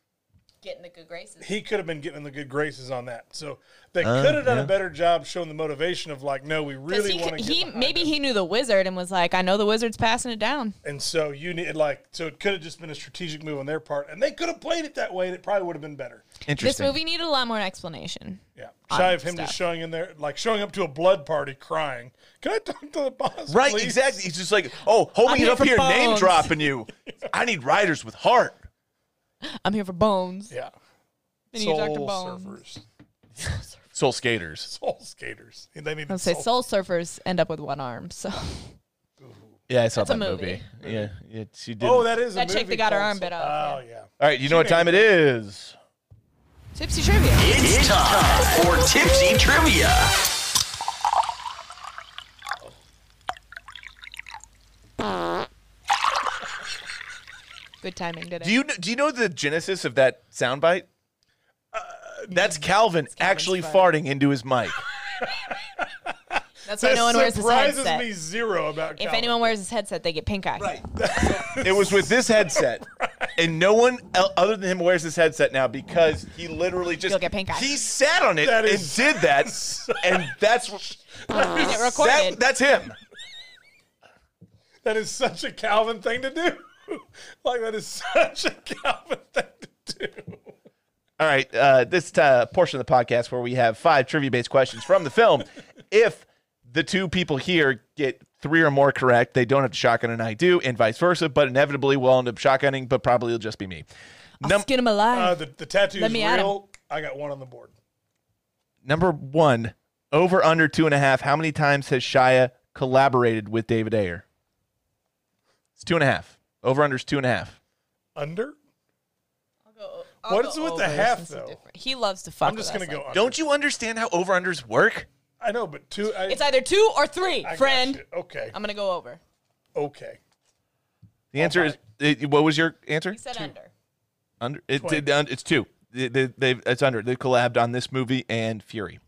Getting the good graces. he could have been getting the good graces on that. So they Uh, could have done a better job showing the motivation of like, no, we Because really he, want could- to. he Get behind maybe him. he knew the wizard and was like, I know the wizard's passing it down. And so you need like so it could have just been a strategic move on their part, and they could have played it that way, and it probably would have been better. This Interesting. movie needed a lot more explanation. Yeah, shy of on him just stuff. showing in there, like showing up to a blood party crying. Can I talk to the boss? Right, please?" exactly. He's just like, oh, homie, here up for here name bones. dropping you. I need writers with heart. I'm here for bones. Yeah. Then you talk to Soul bones. surfers, Soul skaters. soul skaters. And They need I to would say soul surfers end up with one arm. So Yeah, I saw That's that a movie. movie. Yeah, yeah, she did. Oh, that is a That chick that movie got her called arm bit Soul- off, Oh yeah. All right, you know what time it is. tipsy trivia. It's time for Tipsy Trivia. Good timing today. Do you kn- do you know the genesis of that soundbite? Uh, mm, That's Calvin actually fart. farting into his mic. That's why That no one wears his surprises headset. me zero about. If Calvin. anyone wears his headset, they get pink eye. Right. It was with this headset, and no one el- other than him wears this headset now because he literally just You'll get pink eye. he sat on it That and is- did that, and that's And it that, recorded. that's him. that is such a Calvin thing to do. like that is such a Calvin thing to do. All right, uh, this uh, portion of the podcast where we have five trivia-based questions from the film. if the two people here get three or more correct, they don't have to shotgun, and I do, and vice versa. But inevitably, we'll end up shotgunning, but probably it'll just be me. Num- Skin him alive. Uh, the the tattoo Hmm. Let is me at him. real. I got one on the board. number one, over under two and a half. How many times has Shia collaborated with David Ayer? It's two and a half. Over under is two and a half. Under. What is with the half though? He loves to fuck. I'm just with gonna us go. like- Under. Don't you understand how over unders work? I know, but two. I, It's either two or three, I got friend. Um, you. Okay. I'm gonna go over. okay. The answer is it, what was your answer? He said under. Under it, Twenty. it- un- it's two. They, they, they've- it's under. They collabed on this movie and Fury.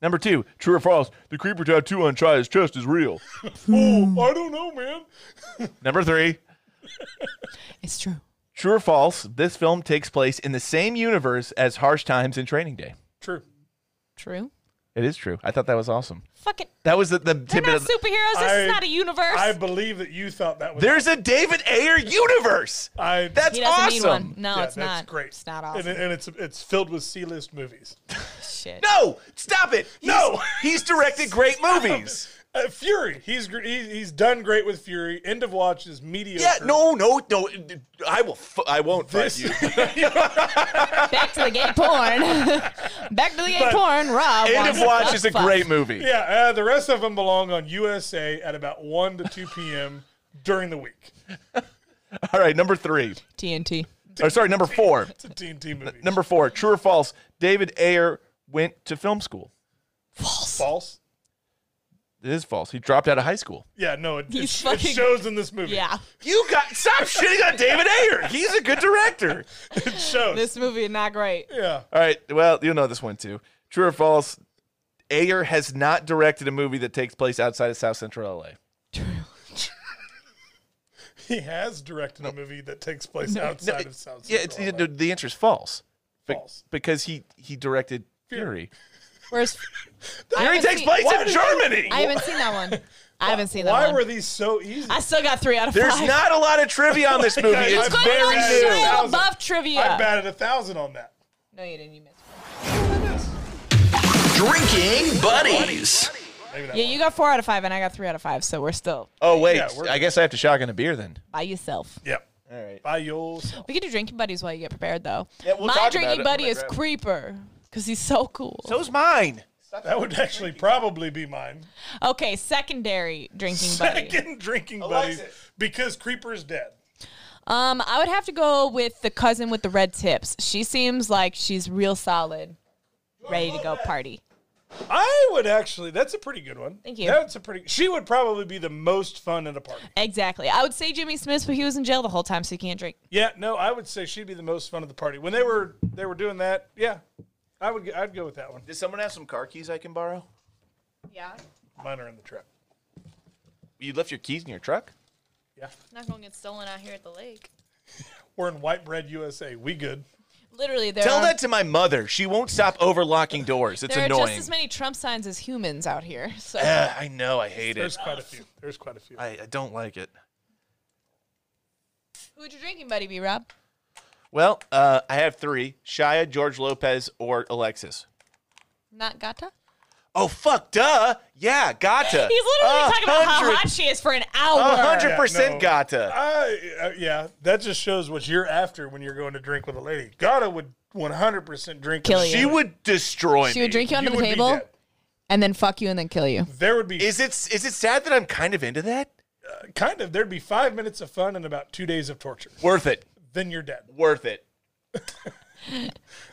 Number two, true or false? The creeper tattoo on Shia's chest is real. Oh, Mm. I don't know, man. Number three, It's true. true or false? This film takes place in the same universe as Harsh Times and Training Day. True. True. It is true. I thought that was awesome. Fucking. That was the, the They're tip not of the, superheroes. This I- is not a universe. I believe that you thought that was. There's a David Ayer universe. I. That's he doesn't awesome. need one. No, yeah, it's that's not. Great. It's not awesome. And, and it's it's filled with C-list movies. Shit. No, stop it. No. he's, he's directed great movies. Uh, Fury. He's gr- he, he's done great with Fury. End of Watch is mediocre. Yeah, no, no, no. I will. F- I won't fight This- you. Back to the gay porn. Back to the gay porn. Rob. End wants of to Watch fuck, is a fuck. great movie. Yeah, uh, the rest of them belong on USA at about 1 to 2 p.m. during the week. All right, number three. TNT. Or sorry, number four. It's a TNT movie. Number four. True or false? David Ayer went to film school. False? It is false. He dropped out of high school. Yeah, no, it, it, He's sh- it fucking- shows in this movie. Yeah. You got stop shitting on David Ayer. He's a good director. It shows. This movie is not great. yeah. All right. Well, you know this one too. True or false? Ayer has not directed a movie that takes place outside of South Central LA. He has directed a movie that takes place No, outside it- of South yeah, it's, Central the- the answer is false. Be- False. because he he directed Fury. Where's Fury takes place Why in did- Germany. I haven't seen that one. I haven't seen that Why one. were these so easy? I still got three out of There's five. not a lot of trivia on this movie. God, It's Good I very on bet it is. new. Shia Thousand. LaBeouf trivia. I batted a thousand on that. No, you didn't. You missed. One. Drinking Buddies. Maybe that Yeah, you got four out of five, and I got three out of five. So we're still Oh wait, Yeah, we're- I guess I have to shotgun a beer then. by yourself. Yep. All right. By yourself. We can do drinking buddies while you get prepared, though. Yeah, we'll My talk about drinking it when buddy I is grab it. Creeper because he's so cool. So's mine. That would actually probably be mine. Okay, secondary drinking buddy. Second drinking buddies because Creeper's dead. Um, I would have to go with the cousin with the red tips. She seems like she's real solid, ready to go party. I would actually. That's a pretty good one. Thank you. That's a pretty. She would probably be the most fun at a party. Exactly. I would say Jimmy Smith, but he was in jail the whole time, so he can't drink. Yeah. No, I would say she'd be the most fun at the party when they were they were doing that. Yeah, I would. I'd go with that one. Does someone have some car keys I can borrow? Yeah, Mine are in the truck. You left your keys in your truck? Yeah. not going to get stolen out here at the lake. We're in white bread USA. We good. Literally, there Tell are, that to my mother. She won't stop overlocking doors. It's there are annoying. Eh. just as many Trump signs as humans out here. So Ugh, I know. I hate There's it. quite a few. There's quite a few. I, I don't like it. who would your drinking buddy be, Rob? Well, uh, I have three: Shia, George Lopez, or Alexis. Not Gata? Oh fuck, duh. Yeah, Gata. He's literally Uh, A talking about how hundred- hot she is for an hour. a hundred percent no. Gata. I uh, yeah, that just shows what you're after when you're going to drink with a lady. Gotta would 100% drink. Kill with- you. She would destroy She me. would drink you under You the would be table dead. and then fuck you and then kill you. There would be Is it is it sad that I'm kind of into that? kind of there'd be five minutes of fun and about two days of torture. Worth it. Then you're dead. Worth it.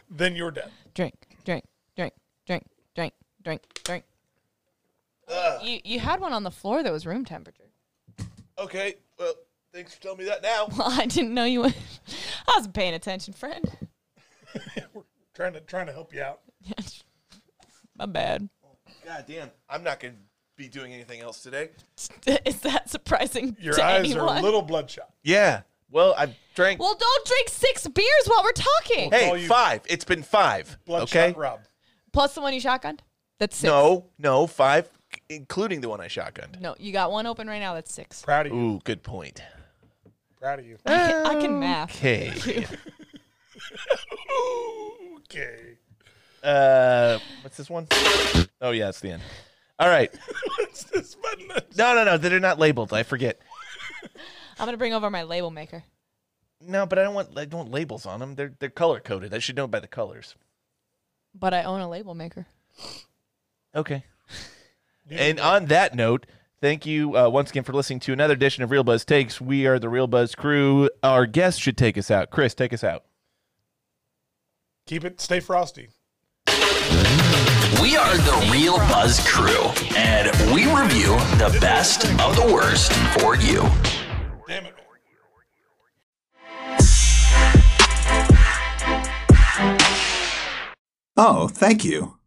Then you're dead. Drink, drink, drink, drink, drink, drink, drink. You you had one on the floor that was room temperature. Okay. Well, thanks for telling me that now. Well, I didn't know you. Were... I wasn't paying attention, friend. We're trying to trying to help you out. My bad. God damn. I'm not gonna be doing anything else today. Is that surprising Your to eyes anyone? are a little bloodshot. Yeah. Well, I've drank Well, don't drink six beers while we're talking. call Hey, you- five. It's been five. Bloodshot okay. Rob. Plus the one you shotgunned. That's six. No, no, five, c- including the one I shotgunned. No, you got one open right now. That's six. Proud of you. Ooh, good point. Proud of you. I can, I can math. Okay. Okay. Uh, what's this one? Oh yeah, it's the end. All right. What's this button? No, no, no. They're not labeled. I forget. I'm gonna bring over my label maker. No, but I don't want. I don't want labels on them. They're they're color coded. I should know by the colors. But I own a label maker. Okay. And on that note, thank you uh, once again for listening to another edition of Real Buzz Takes. We are the Real Buzz crew. Our guest should take us out. Chris, take us out. Keep it stay frosty. We are the Real Buzz crew, and we review the best of the worst for you. Damn it. Oh, thank you.